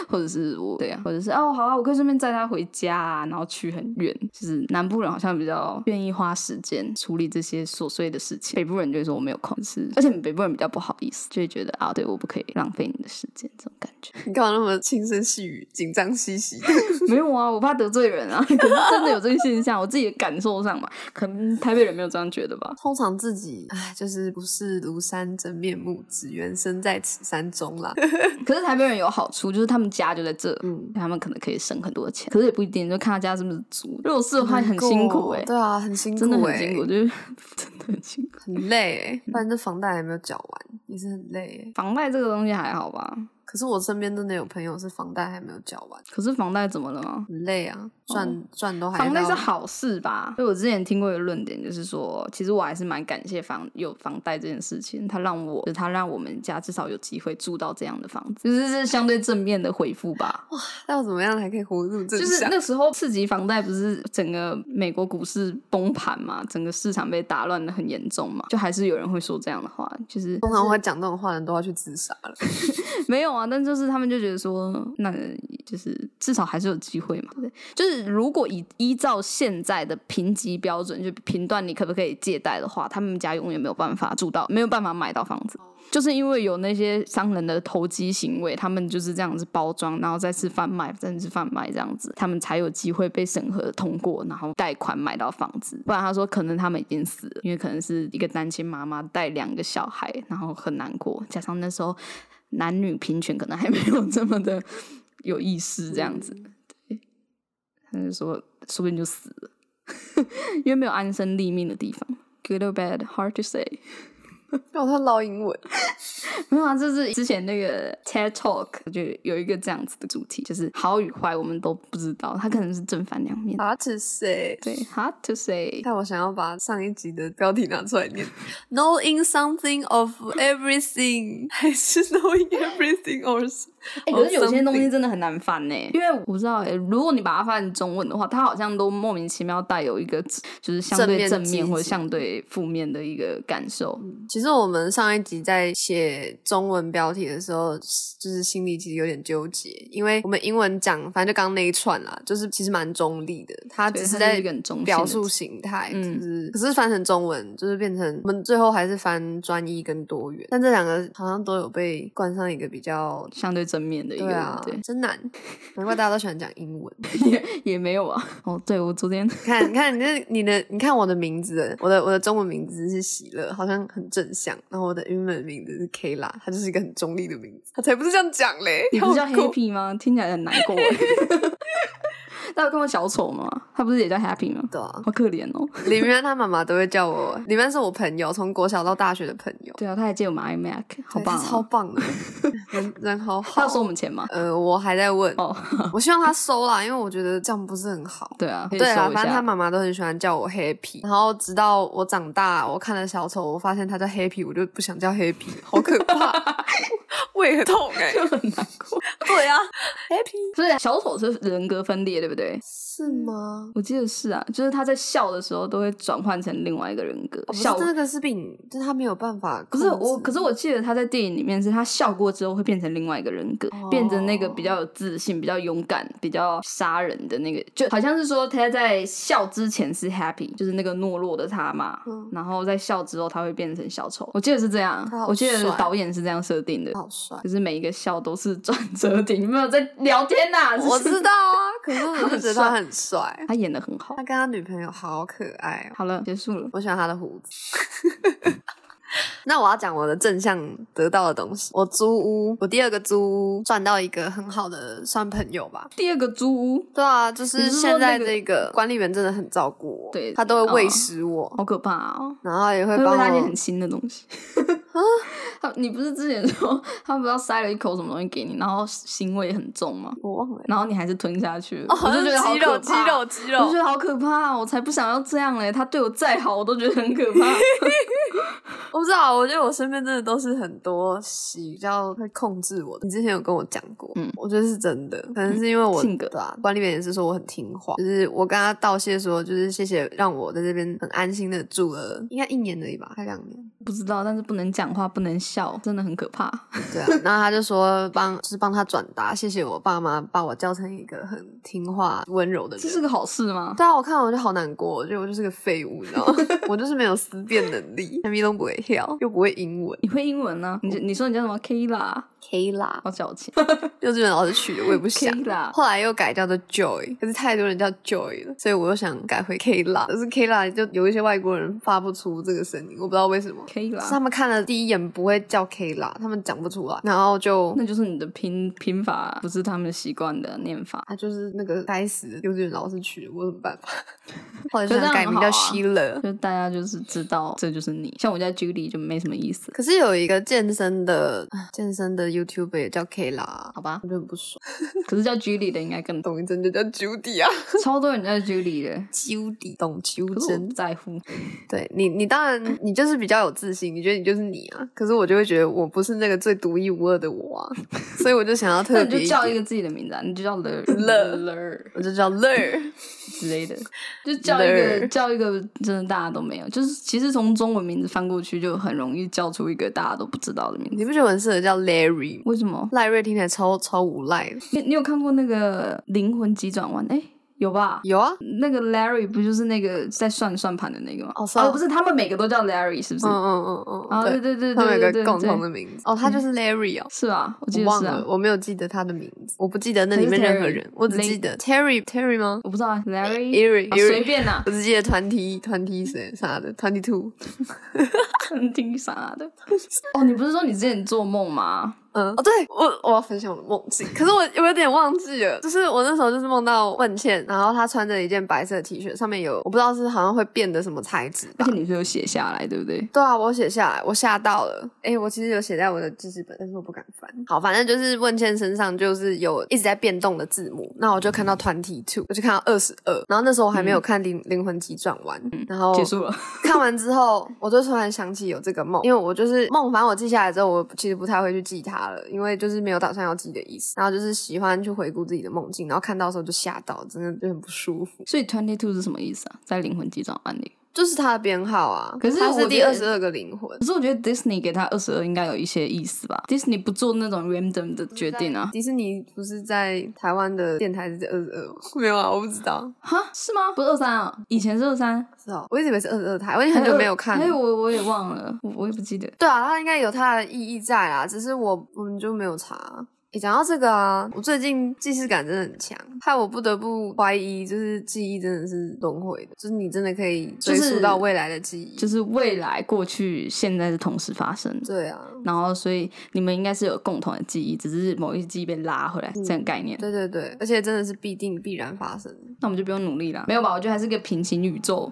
Speaker 1: 或者是我对啊，或者是哦好啊，我可以顺便载他回家、啊，然后去很远，就是南部人好像比较愿意花时间处理这些琐碎的事情，北部人就会说我没有空，是而且北部人比较不好意思，就会觉得啊对我不可以浪费你的时间这种感觉。
Speaker 2: 你干嘛那么轻声细语、紧张兮兮的？
Speaker 1: 没有啊，我怕得罪人啊， 可是真的有这个现象，我自己的感受上嘛，可能台北人没有这样觉得吧。
Speaker 2: 通 常自己唉，就是不是庐山真面目，只缘身在此山中啦。
Speaker 1: 可是台北人有好处，就是他们家就在这，
Speaker 2: 嗯
Speaker 1: 他们可能可以省很多钱，可是也不一定，就看他家是不是租。如果是的话，很辛苦哎、
Speaker 2: 对啊，很辛苦、欸，
Speaker 1: 真的很辛苦，，嗯就是 真的很辛苦。
Speaker 2: 很累、欸，不然这房贷还没有缴完，也是很累、欸。
Speaker 1: 房贷这个东西还好吧？
Speaker 2: 可是我身边真的有朋友是房贷还没有缴完，
Speaker 1: 可是房贷怎么了吗？
Speaker 2: 很累啊，赚赚、都还
Speaker 1: 哦房贷
Speaker 2: 到
Speaker 1: 是好事吧？所以我之前听过一个论点，就是说，其实我还是蛮感谢房有房贷这件事情，它让我，就是它让我们家至少有机会住到这样的房子，就是是相对正面的回复吧。
Speaker 2: 要怎么样才可以活入正
Speaker 1: 就是
Speaker 2: 向？
Speaker 1: 那时候刺激房贷不是整个美国股市崩盘嘛，整个市场被打乱的很严重嘛，就还是有人会说这样的话，就是
Speaker 2: 通常会讲这种话的人都要去自杀了。
Speaker 1: 没有啊，但就是他们就觉得说，那就是至少还是有机会嘛，对不对？就是如果以依照现在的评级标准，就评断你可不可以借贷的话，他们家永远没有办法住到，没有办法买到房子。就是因为有那些商人的投机行为，他们就是这样子包装，然后再次贩卖，再次贩卖这样子，他们才有机会被审核通过，然后贷款买到房子。不然他说可能他们已经死了，因为可能是一个单亲妈妈带两个小孩，然后很难过，加上那时候男女平权可能还没有这么的有意识，这样子。 对，他就说，说不定就死了，因为没有安身立命的地方。Good or bad, hard to say。
Speaker 2: 让他捞英文，
Speaker 1: 没有啊，就是之前那个 TED Talk 就有一个这样子的主题，就是好与坏我们都不知道，它可能是正反两面。
Speaker 2: hard to say。
Speaker 1: 对，hard to say。
Speaker 2: 但我想要把上一集的标题拿出来念，Knowing something of everything，还 是 Knowing everything or？
Speaker 1: 哎、可是有些东西真的很难翻呢、因为我不知道、欸，如果你把它翻成中文的话，它好像都莫名其妙带有一个就是相对
Speaker 2: 正
Speaker 1: 正
Speaker 2: 面积极
Speaker 1: 面或者相对负面的一个感受。
Speaker 2: 其实我们上一集在写中文标题的时候，就是心里其实有点纠结，因为我们英文讲，反正就刚刚那一串啦，就是其实蛮中立的，它
Speaker 1: 对它
Speaker 2: 只
Speaker 1: 就是
Speaker 2: 在
Speaker 1: 一个很中性的
Speaker 2: 表
Speaker 1: 词
Speaker 2: 述形态，就
Speaker 1: 嗯
Speaker 2: 是、可是翻成中文就是变成我们最后还是翻专一跟多元，但这两个好像都有被冠上一个比较。
Speaker 1: 相对正面的一个
Speaker 2: 对啊，真难，难怪大家都喜欢讲英文。
Speaker 1: 对也也没 有啊。哦，对我昨天
Speaker 2: 你看，你看，你这你的，你看我的名字，我的我的中文名字是喜乐，好像很正向。然后我的英文名字是 K 啦，它就是一个很中立的名字。他才不是这样讲嘞，
Speaker 1: 你不是叫
Speaker 2: 要哭
Speaker 1: Happy 吗？听起来很难 过欸。那有看过小丑吗？他不是也叫 Happy 吗？
Speaker 2: 对啊，
Speaker 1: 好可怜哦。
Speaker 2: 李明安他妈妈都会叫我，李明安是我朋友，从国小到大学的朋友，
Speaker 1: 对啊，他还借我们 iMac，好棒、
Speaker 2: 对他超
Speaker 1: 哦。
Speaker 2: 棒的，人人好
Speaker 1: 他
Speaker 2: 好
Speaker 1: 要。收我们钱吗？
Speaker 2: 呃，我还在问，
Speaker 1: 哦，
Speaker 2: 我希望他收啦，因为我觉得这样不是很好。
Speaker 1: 对啊，可以
Speaker 2: 对啊
Speaker 1: 收，一
Speaker 2: 反正他
Speaker 1: 下。
Speaker 2: 妈妈都很喜欢叫我 Happy，然后直到我长大，我看了小丑，我发现他叫 Happy，我就不想叫 Happy，好可 怕，胃很痛哎、
Speaker 1: 就很 难过，
Speaker 2: 对啊，Happy
Speaker 1: 所以小丑是人格分裂，对不对？
Speaker 2: 是吗？
Speaker 1: 我记得是啊，就是他在笑的时候都会转换成另外一个人格。
Speaker 2: 哦、不是
Speaker 1: 笑，
Speaker 2: 这个是病，就是他没有办法
Speaker 1: 可
Speaker 2: 控制。
Speaker 1: 是我，可是我记得他在电影里面是他笑过之后会变成另外一个人格，
Speaker 2: 哦
Speaker 1: 变成那个比较有自信、比较勇敢、比较杀人的那个，就好像是说他在笑之前是 happy，就是那个懦弱的他嘛，
Speaker 2: 嗯
Speaker 1: 然后在笑之后他会变成小丑。我记得是这样
Speaker 2: 他好，
Speaker 1: 我记得
Speaker 2: 帅
Speaker 1: 导演是这样设定的。
Speaker 2: 好帅，
Speaker 1: 就是每一个笑都是转折点，有没有在聊天呐、
Speaker 2: 我知道啊，可是我就觉得他
Speaker 1: 他
Speaker 2: 很帅，
Speaker 1: 他演的很好
Speaker 2: 他。跟他女朋友好可爱哦，
Speaker 1: 好了，结束了。
Speaker 2: 我喜欢他的胡子。 那我要讲我的正向得到的东西。我租屋，我第二个租屋赚到一个很好的算朋友吧，
Speaker 1: 第二个租屋
Speaker 2: 对啊，就
Speaker 1: 你
Speaker 2: 是
Speaker 1: 是说
Speaker 2: 现在
Speaker 1: 那个
Speaker 2: 这个管理员真的很照顾我，
Speaker 1: 对
Speaker 2: 他都会喂
Speaker 1: 哦
Speaker 2: 食我，
Speaker 1: 好可怕哦，
Speaker 2: 然后也
Speaker 1: 会
Speaker 2: 会
Speaker 1: 不
Speaker 2: 帮
Speaker 1: 会他一些
Speaker 2: 我
Speaker 1: 很。新的东西？
Speaker 2: 啊
Speaker 1: 他你不是之前说他不知道塞了一口什么东西给你，然后腥味很重吗？
Speaker 2: 我忘了，
Speaker 1: 然后你还是吞下去了，
Speaker 2: 哦，
Speaker 1: 我就觉得好
Speaker 2: 肌肉，
Speaker 1: 可
Speaker 2: 肌
Speaker 1: 怕。
Speaker 2: 肉，肌
Speaker 1: 我就觉
Speaker 2: 肉。
Speaker 1: 得好可怕，哦我才不想要这样嘞！他对我再好，我都觉得很可 怕。
Speaker 2: 我不知道，我觉得我身边真的都是很多喜比较会控制我的。你之前有跟我讲过，
Speaker 1: 嗯
Speaker 2: 我觉得是真的，可能是因为我、
Speaker 1: 性格
Speaker 2: 对啊，管理员也是说我很听话，就是我跟他道谢说，就是谢谢让我在这边很安心的住了，应该一年而已吧，快两年。
Speaker 1: 不知道，但是不能讲话，不能笑，真的很可怕。
Speaker 2: 对 啊，然后他就说帮，就是帮他转达，谢谢我爸妈把我教成一个很听话、温柔的
Speaker 1: 这
Speaker 2: 人。
Speaker 1: 是个好事吗？
Speaker 2: 对啊，我看我就好难过，我觉得我就是个废物，你知道吗？ 我就是没有思辨能力，什么都不会跳，又不会英文。
Speaker 1: 你会英文呢、你就你说你叫什么 K 啦？
Speaker 2: K 啦，
Speaker 1: 好矫情
Speaker 2: 幼稚园老师取的，我也不想。
Speaker 1: ，K 啦。
Speaker 2: 后来又改叫做 Joy，可是太多人叫 Joy 了，所以我又想改回 K 啦。可是 K 啦就有一些外国人发不出这个声音，我不知道为什么。
Speaker 1: K
Speaker 2: 是
Speaker 1: 啦，
Speaker 2: 他们看了第一眼不会叫 K 啦，他们讲不出来，然后就
Speaker 1: 那就是你的拼拼法不是他们习惯的念法。
Speaker 2: 啊，就是那个该死的幼稚园老师取的，我有什么办法？ 后来
Speaker 1: 可
Speaker 2: 就是想
Speaker 1: 这样
Speaker 2: 改
Speaker 1: 很
Speaker 2: 名叫
Speaker 1: 好啊
Speaker 2: Sheila。
Speaker 1: 就大家就是知道 这就是你，像我家 Julie 就没什么意思，
Speaker 2: 可是有一个健身的啊健身的 YouTuber 也叫 K 啦，
Speaker 1: 好 吧？
Speaker 2: 我就很不爽。
Speaker 1: 可是叫 Julie 的应该更多，
Speaker 2: 董一真就叫 Judy 啊
Speaker 1: 超多人叫 Julie 的，
Speaker 2: ，Judy 董秋
Speaker 1: 可是我
Speaker 2: 真
Speaker 1: 不。在乎。
Speaker 2: 对你，你当然你就是比较有自信，你觉得你就是你啊。可是我就会觉得我不是那个最独一无二的我啊，所以我就想要
Speaker 1: 那
Speaker 2: 特
Speaker 1: 你
Speaker 2: 别
Speaker 1: 就叫一
Speaker 2: 点
Speaker 1: 个自己的名字啊，你就 叫 Ler
Speaker 2: Ler
Speaker 1: Ler
Speaker 2: 我就叫乐儿。
Speaker 1: 之类的，就叫一个
Speaker 2: Ler
Speaker 1: 叫一个，真的大家都没有。就是其实从中文名字翻过去，就很容易叫出一个大家都不知道的名字。
Speaker 2: 你不觉得我很适合叫 Larry 吗？
Speaker 1: 为什么？
Speaker 2: 赖瑞听起来超超无赖的。
Speaker 1: 你你有看过那个《灵魂急转弯》？哎，有吧？
Speaker 2: 有啊，
Speaker 1: 那个 Larry 不就是那个在算算盘的那个吗？
Speaker 2: 哦是啊
Speaker 1: 不是，他们每个都叫 Larry，是不是？
Speaker 2: 嗯嗯嗯
Speaker 1: 啊，
Speaker 2: 嗯，
Speaker 1: 对
Speaker 2: 对，
Speaker 1: 对对
Speaker 2: 他
Speaker 1: 对
Speaker 2: 们有
Speaker 1: 对
Speaker 2: 个
Speaker 1: 对，
Speaker 2: 共同
Speaker 1: 对
Speaker 2: 的名字。哦，他就是 Larry 哦。
Speaker 1: 是啊，我记
Speaker 2: 我
Speaker 1: 得
Speaker 2: 忘
Speaker 1: 是啊
Speaker 2: 了，，我没有记得他的名字，我不记得那
Speaker 1: 还
Speaker 2: 里
Speaker 1: 是
Speaker 2: 面任何
Speaker 1: Terry
Speaker 2: 人，我只记
Speaker 1: Lin-
Speaker 2: 得 Terry Terry 吗
Speaker 1: 我不知道啊 Larry，
Speaker 2: ？Eerie
Speaker 1: 啊
Speaker 2: Eerie，
Speaker 1: 随便啦，
Speaker 2: 我只记得团体团体谁啥的团体 two，
Speaker 1: 听啥的。哦，你不是说你之前做梦 吗？
Speaker 2: 嗯，哦，对我我要分享我的梦境，可是我我有点忘记了，就是我那时候就是梦到问倩，然后她穿着一件白色的 T 恤，上面有我不知道是好像会变的什么材质吧
Speaker 1: 而且，你是有写下来，对不对？
Speaker 2: 对啊，我写下来，我吓到了。诶，我其实有写在我的记事本，但是我不敢翻。好，反正就是问倩身上就是有一直在变动的字母，那我就看到团体 two，我就看到二十二，然后那时候我还没有看灵、灵魂急转弯，然后
Speaker 1: 嗯结束了，
Speaker 2: 看完之后，我就突然想起有这个梦，因为我就是梦，反正我记下来之后，我其实不太会去记它了，因为就是没有打算要记的意思。然后就是喜欢去回顾自己的梦境，然后看到的时候就吓到，真的就很不舒服。
Speaker 1: 所以 twenty two 是什么意思啊？在灵魂急转弯里。
Speaker 2: 就是它的编号啊，
Speaker 1: 可是
Speaker 2: 它
Speaker 1: 我
Speaker 2: 是第
Speaker 1: 觉
Speaker 2: 二
Speaker 1: 得
Speaker 2: 十二个灵魂
Speaker 1: 可。是我觉得 Disney 给他二十二应该有一些意思吧？Disney 不做那种 random 的决定啊？
Speaker 2: 迪士尼不是在台湾的电台是二十二？ 没有啊，我不知道。
Speaker 1: 哈，是吗？不是二三啊，以前是二 三，
Speaker 2: 是哦，我一直以为是二十二台，我已经很久没有看
Speaker 1: 哎，
Speaker 2: 了。
Speaker 1: 我我也忘了，我我也不记得。
Speaker 2: 对啊，它应该有它的意义在啦，只是我我们就没有查。诶讲到这个啊，我最近记事感真的很强，害我不得不怀疑，就是记忆真的是轮回的，就是你真的可以追
Speaker 1: 就
Speaker 2: 溯
Speaker 1: 是
Speaker 2: 到未来的记忆。
Speaker 1: 就是未来、过去、现在是同时发生的，
Speaker 2: 对啊，
Speaker 1: 然后所以你们应该是有共同的记忆，只是某一些记忆被拉回来、这样概念。
Speaker 2: 嗯对对对，而且真的是必定必然发 生的
Speaker 1: 那我们就不用努力了，没有吧？我觉得还是个平行宇宙，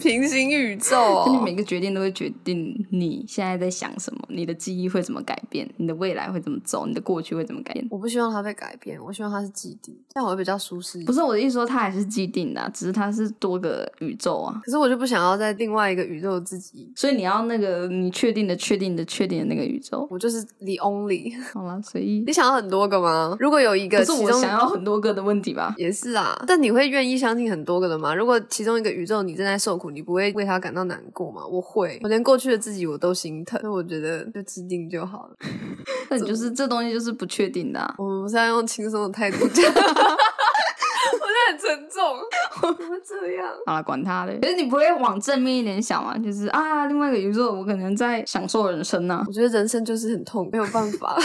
Speaker 2: 平行宇宙
Speaker 1: 就 你
Speaker 2: 哦、
Speaker 1: 每个决定都会决定你现在在想什么，你的记忆会怎么改变，你的未来会怎么走，你的过去会怎么改变。
Speaker 2: 我不希望它被改变，我希望它是既定，这样我会比较舒适一点。
Speaker 1: 不是我的意思说它还是既定的啊、只是它是多个宇宙啊。
Speaker 2: 可是我就不想要在另外一个宇宙自己，
Speaker 1: 所以你要那个你确定的、确定的、确定的那个宇宙。
Speaker 2: 我就是 the only。
Speaker 1: 好了，随意
Speaker 2: 你。想要很多个吗？如果有一
Speaker 1: 可
Speaker 2: 个，
Speaker 1: 是
Speaker 2: 其
Speaker 1: 我
Speaker 2: 中
Speaker 1: 想要很多个的问题吧？
Speaker 2: 也是啊，但你会愿意相信很多个的吗？如果其中一个宇宙你正在受苦，你不会为他感到难过吗？我会，我连过去的自己我都心疼，所以我觉得就既定就好了。
Speaker 1: 那你就是这东西就是不确定的、啊。
Speaker 2: 我们不是要用轻松的态度 讲，我现在很沉重，我不会这样。
Speaker 1: 好了，管他的。可是你不会往正面一点想嘛？就是啊，另外一个宇宙，我可能在享受人生呢、啊。
Speaker 2: 我觉得人生就是很痛，没有办 法。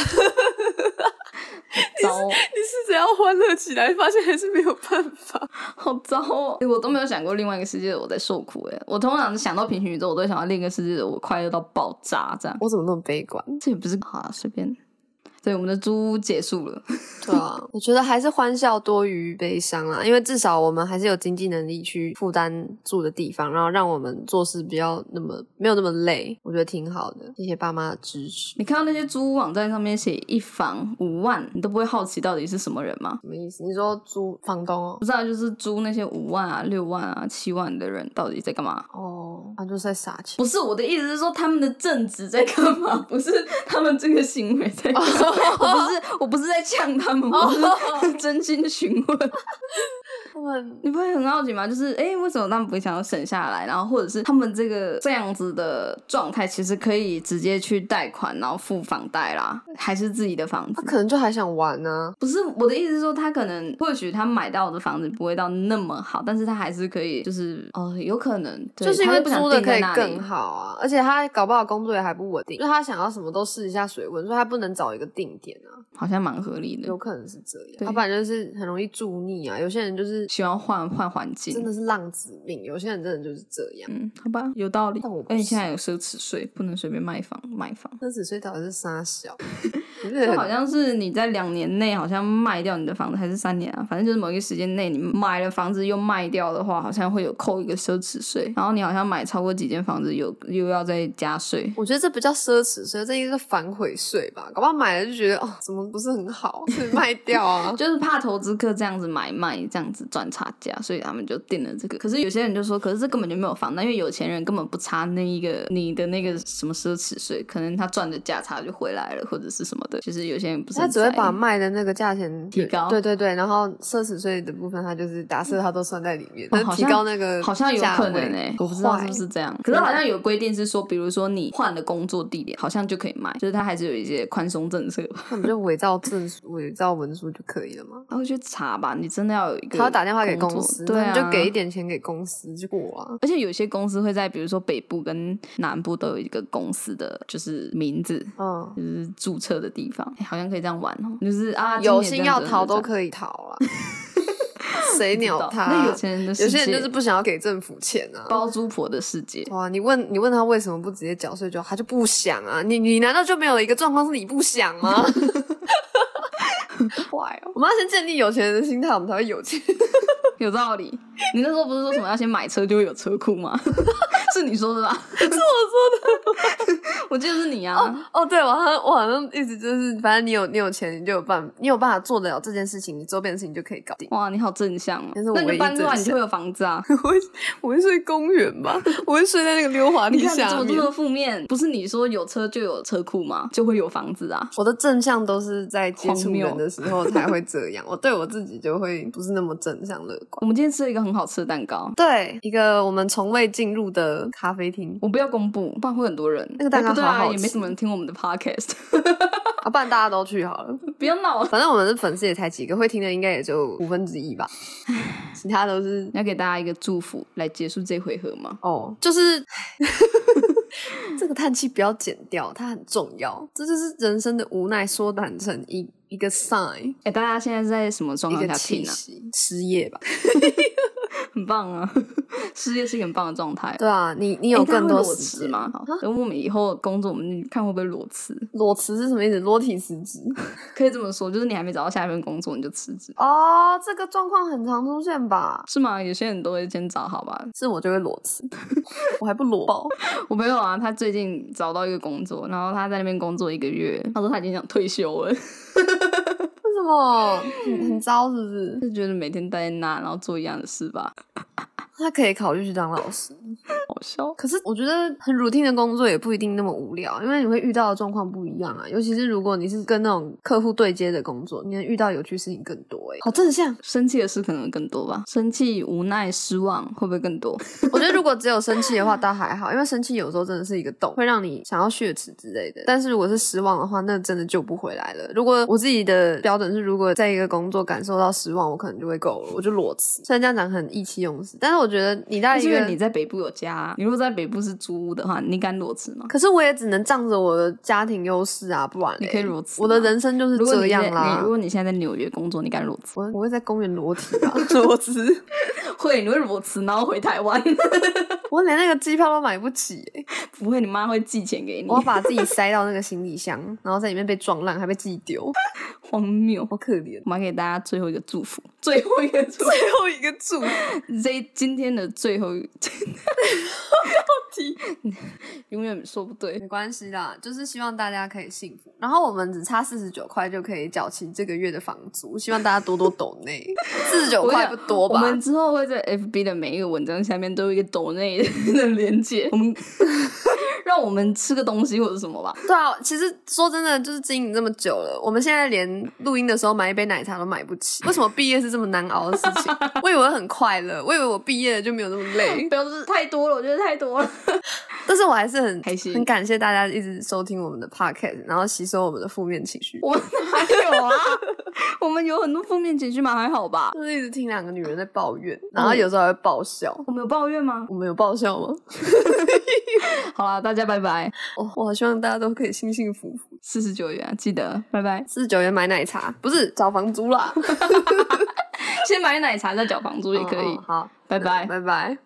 Speaker 2: 你
Speaker 1: 糟哦，
Speaker 2: 试着要欢乐起来，发现还是没有办法。
Speaker 1: 好糟哦！欸我都没有想过另外一个世界的我在受苦哎、我通常想到平行宇宙，我都会想到另一个世界的我快乐到爆炸这样。
Speaker 2: 我怎么那么悲观？
Speaker 1: 这也不是好啦，随便。对，我们的租屋结束了。
Speaker 2: 对啊，我觉得还是欢笑多于悲伤啦，因为至少我们还是有经济能力去负担住的地方，然后让我们做事比较那么没有那么累，我觉得挺好的。谢谢爸妈的支持，
Speaker 1: 你看到那些租屋网站上面写一房五万，你都不会好奇到底是什么人吗？
Speaker 2: 什么意思？你说租房东哦
Speaker 1: 不？知道，就是租那些五万啊、六万啊、七万的人到底在干嘛？
Speaker 2: 哦，他就是在撒钱。
Speaker 1: 不是我的意思是说他们的正职在干嘛， 哦不是他们这个行为在干嘛。我不是 我不是在呛他们，我是真心询问。
Speaker 2: 他们
Speaker 1: 你不会很好奇吗？就是哎、诶为什么他们不想要省下来？然后或者是他们这个这样子的状态，其实可以直接去贷款，然后付房贷啦，还是自己的房
Speaker 2: 他
Speaker 1: 子。
Speaker 2: 可能就还想玩啊呢、
Speaker 1: 不是我的意思是说，他可能或许他买到的房子不会到那么好，但是他还是可以，就是哦，有可能对
Speaker 2: 就是因
Speaker 1: 他
Speaker 2: 为
Speaker 1: 不想
Speaker 2: 租的
Speaker 1: 定在
Speaker 2: 可以
Speaker 1: 那里
Speaker 2: 更好啊，而且他搞不好工作也还不稳定，就他想要什么都试一下水温，所以他不能找一个定点啊，
Speaker 1: 好像蛮合理的
Speaker 2: 有。可能是这样，
Speaker 1: 对
Speaker 2: 要不然就是很容易住腻啊。有些人就是
Speaker 1: 喜欢换换环境。
Speaker 2: 真的是浪子命，有些人真的就是这样。
Speaker 1: 嗯，好吧，有道理。
Speaker 2: 但我不
Speaker 1: 而且现在有奢侈税，不能随便卖房卖房。
Speaker 2: 奢侈税到底是 啥小？你真的
Speaker 1: 就
Speaker 2: 很
Speaker 1: 好像是你在两年内好像卖掉你的房子，还是三年啊？反正就是某一个时间内，你买了房子又卖掉的话，好像会有扣一个奢侈税。然后你好像买超过几间房子有，又要再加税。。
Speaker 2: 我觉得这不叫奢侈税，这应该是反悔税吧？搞不好买了就觉得哦，怎么不是很好，所以卖掉啊
Speaker 1: 哦就是怕投资客这样子买卖，这样子赚差价，所以他们就定了这个。可是有些人就说，可是这根本就没有房贷，因为有钱人根本不差那一个你的那个什么奢侈税，可能他赚的价差就回来了，或者是什么的。就是有些人不是
Speaker 2: 他
Speaker 1: 很
Speaker 2: 只会
Speaker 1: 在意
Speaker 2: 把卖的那个价钱
Speaker 1: 提高
Speaker 2: 对对对，然后奢侈税的部分，他就是假设他都算在里面，
Speaker 1: 哦
Speaker 2: 能
Speaker 1: 好
Speaker 2: 提
Speaker 1: 像
Speaker 2: 高那个
Speaker 1: 好像有
Speaker 2: 价
Speaker 1: 可能
Speaker 2: 位
Speaker 1: 哎、
Speaker 2: 好
Speaker 1: 我不知道
Speaker 2: 坏
Speaker 1: 是不是这样。可是好像有规定是说，比如说你换了工作地点，好像就可以卖，就是它还是有一些宽松政策 吧。啊
Speaker 2: 那不就伪造证书、伪造文书就可以了吗？
Speaker 1: 然后去查吧，你真的要有一个，
Speaker 2: 他要打电话给公
Speaker 1: 作
Speaker 2: 司，
Speaker 1: 对
Speaker 2: 那
Speaker 1: 啊，
Speaker 2: 你就给一。点钱给公司就过啊。
Speaker 1: 而且有些公司会在，比如说北部跟南部都有一个公司的，就是名字，
Speaker 2: 嗯，
Speaker 1: 就是注册的地方，哎好像可以这样玩哦。就是啊，
Speaker 2: 有
Speaker 1: 今
Speaker 2: 心
Speaker 1: 年这样
Speaker 2: 要
Speaker 1: 子
Speaker 2: 逃都
Speaker 1: 就
Speaker 2: 可以逃啊， 谁
Speaker 1: 这样
Speaker 2: 鸟
Speaker 1: 不知道
Speaker 2: 他？
Speaker 1: 那有钱人的世
Speaker 2: 有
Speaker 1: 界，
Speaker 2: 些人就是不想要给政府钱啊。
Speaker 1: 包租婆的世界。
Speaker 2: 哇，你问你问他为什么不直接缴税就好，他就不想啊。你你难道就没有一个状况是你不想 吗？坏哦！我们要先建立有钱人的心态，我们才会有钱。
Speaker 1: 有道理。你那时候不是说什么要先买车就会有车库吗？ 是你说的吧？是我说的， 我记得是你啊。
Speaker 2: 哦，对，我好像我好像一直就是，反正你有你有钱，你就有办，你有办法做得了这件事情，你周边的事情就可以搞定。
Speaker 1: 哇，你好正向哦！
Speaker 2: 但是我
Speaker 1: 那你就
Speaker 2: 唯一
Speaker 1: 搬出来，
Speaker 2: 正
Speaker 1: 你就会有房 子啊！
Speaker 2: 我会我会睡公园吧，我会睡在那个溜滑
Speaker 1: 你
Speaker 2: 梯
Speaker 1: 看你
Speaker 2: 下
Speaker 1: 怎么
Speaker 2: 面
Speaker 1: 这。么负面？不是你说有车就有车库吗？就会有房子啊！
Speaker 2: 我的正向都是在接触
Speaker 1: 荒谬
Speaker 2: 人的时候才会这样，我对我自己就会不是那么正向乐观。
Speaker 1: 我们今天吃了一个很好吃的蛋糕，
Speaker 2: 对，一个我们从未进入的咖啡厅，
Speaker 1: 我不要公布，不然会很多人。
Speaker 2: 那个蛋糕
Speaker 1: 哎不对
Speaker 2: 好
Speaker 1: 啊，
Speaker 2: 好
Speaker 1: 也没
Speaker 2: 吃
Speaker 1: 什么人听我们的 podcast，
Speaker 2: 啊，不然大家都去好了。
Speaker 1: 不要闹了。
Speaker 2: 反正我们的粉丝也才几个，会听的应该也就五分之一吧，其他都是
Speaker 1: 你要给大家一个祝福来结束这回合吗？
Speaker 2: 哦，就是 这个叹气不要剪掉，它很重要，这就是人生的无奈缩短成一一个 sign，
Speaker 1: 哎，大家现在在什么状
Speaker 2: 一
Speaker 1: 况
Speaker 2: 个
Speaker 1: 下
Speaker 2: 气
Speaker 1: 听啊？
Speaker 2: 息，失业吧？
Speaker 1: 很棒啊， 事业是一个很棒的状态。
Speaker 2: 对啊，你你
Speaker 1: 诶
Speaker 2: 有
Speaker 1: 大家
Speaker 2: 更
Speaker 1: 会
Speaker 2: 多
Speaker 1: 裸
Speaker 2: 时
Speaker 1: 辞
Speaker 2: 间
Speaker 1: 吗？好等我们以后工作，我们看会不会裸辞。
Speaker 2: 裸辞是什么意思？裸体辞职
Speaker 1: 可以这么说，就是你还没找到下一份工作你就辞职，
Speaker 2: 哦，这个状况很常出现吧？
Speaker 1: 是吗？有些人都会先找好吧。
Speaker 2: 是我就会裸辞， 我还不裸爆，
Speaker 1: 我朋友啊，他最近找到一个工作，然后他在那边工作一个月，他说他已经想退休了，
Speaker 2: 为什么？很很糟是不是？
Speaker 1: 就觉得每天待在那，然后做一样的事吧，
Speaker 2: 他可以考虑去当老师，
Speaker 1: 好笑。。
Speaker 2: 可是我觉得很 routine 的工作也不一定那么无聊，因为你会遇到的状况不一样啊。尤其是如果你是跟那种客户对接的工作，你能遇到有趣事情更多、欸。好正向
Speaker 1: 生气的事可能更多吧，生气、无奈、失望会不会更多？
Speaker 2: 我觉得如果只有生气的话倒还好，因为生气有时候真的是一个洞，会让你想要血池之类的。但是如果是失望的话，那真的救不回来了。如果我自己的标准是，如果在一个工作感受到失望，我可能就会够了，我就裸辞。虽然这样讲很意气用事，但是我觉得你在
Speaker 1: 但
Speaker 2: 一
Speaker 1: 是因
Speaker 2: 个
Speaker 1: 为你在北部有家、啊，你如果在北部是租屋的话，你敢裸辞吗？
Speaker 2: 可是我也只能仗着我的家庭优势啊，不然嘞
Speaker 1: 你可以裸辞吗啊
Speaker 2: 我的人生就是
Speaker 1: 如果
Speaker 2: 这
Speaker 1: 你在
Speaker 2: 样
Speaker 1: 你
Speaker 2: 啦
Speaker 1: 如。果你现在在纽约工作，你敢裸辞？
Speaker 2: 我我会在公园裸体 啊吧，裸辞，
Speaker 1: 会，你会裸辞，然后回台湾？
Speaker 2: 我连那个机票都买不起、欸，
Speaker 1: 不会，你妈会寄钱给你
Speaker 2: 我。要把自己塞到那个行李箱，然后在里面被撞烂，还被自己丢，
Speaker 1: 荒谬！
Speaker 2: 好可怜。哦
Speaker 1: 我们给大家最后一个祝福，最后一个祝福，
Speaker 2: 最后一个祝福，
Speaker 1: 这今天的最后一 个 永远说不对。
Speaker 2: 没关系啦，就是希望大家可以幸福。然后我们只差四十九块就可以缴清这个月的房租，希望大家多多抖 内，四十九
Speaker 1: 我
Speaker 2: 块
Speaker 1: 想
Speaker 2: 不多吧
Speaker 1: 我？们之后会在 FB 的每一个文章下面都有一个抖内的连接，我们 让我们吃个东西或者什么吧。
Speaker 2: 对啊，其实说真的，就是经营这么久了，我们现在连录音的时候买一杯奶茶都买不 起。为什么毕业是这么难熬的事情？我以为很快乐，我以为我毕业了就没有那么 累，
Speaker 1: 不要是太多了，我觉得太多了。
Speaker 2: 但是我还是很
Speaker 1: 开心
Speaker 2: 很感谢大家一直收听我们的 podcast，然后吸收我们的负面情绪。
Speaker 1: 我们哪有啊？ 我们有很多负面情绪嘛，还好吧？
Speaker 2: 就是一直听两个女人在抱怨，然后有时候还会爆笑。
Speaker 1: 我们有抱怨吗？
Speaker 2: 我们有爆笑吗？
Speaker 1: 好啦，大家拜拜，
Speaker 2: 我我好希望大家都可以幸幸福福，
Speaker 1: 四十九元啊、记得拜拜。
Speaker 2: 四十九元买奶茶，不是找房租啦。先买奶茶再缴房租也可以。
Speaker 1: 哦哦好，
Speaker 2: 拜拜。
Speaker 1: 拜拜。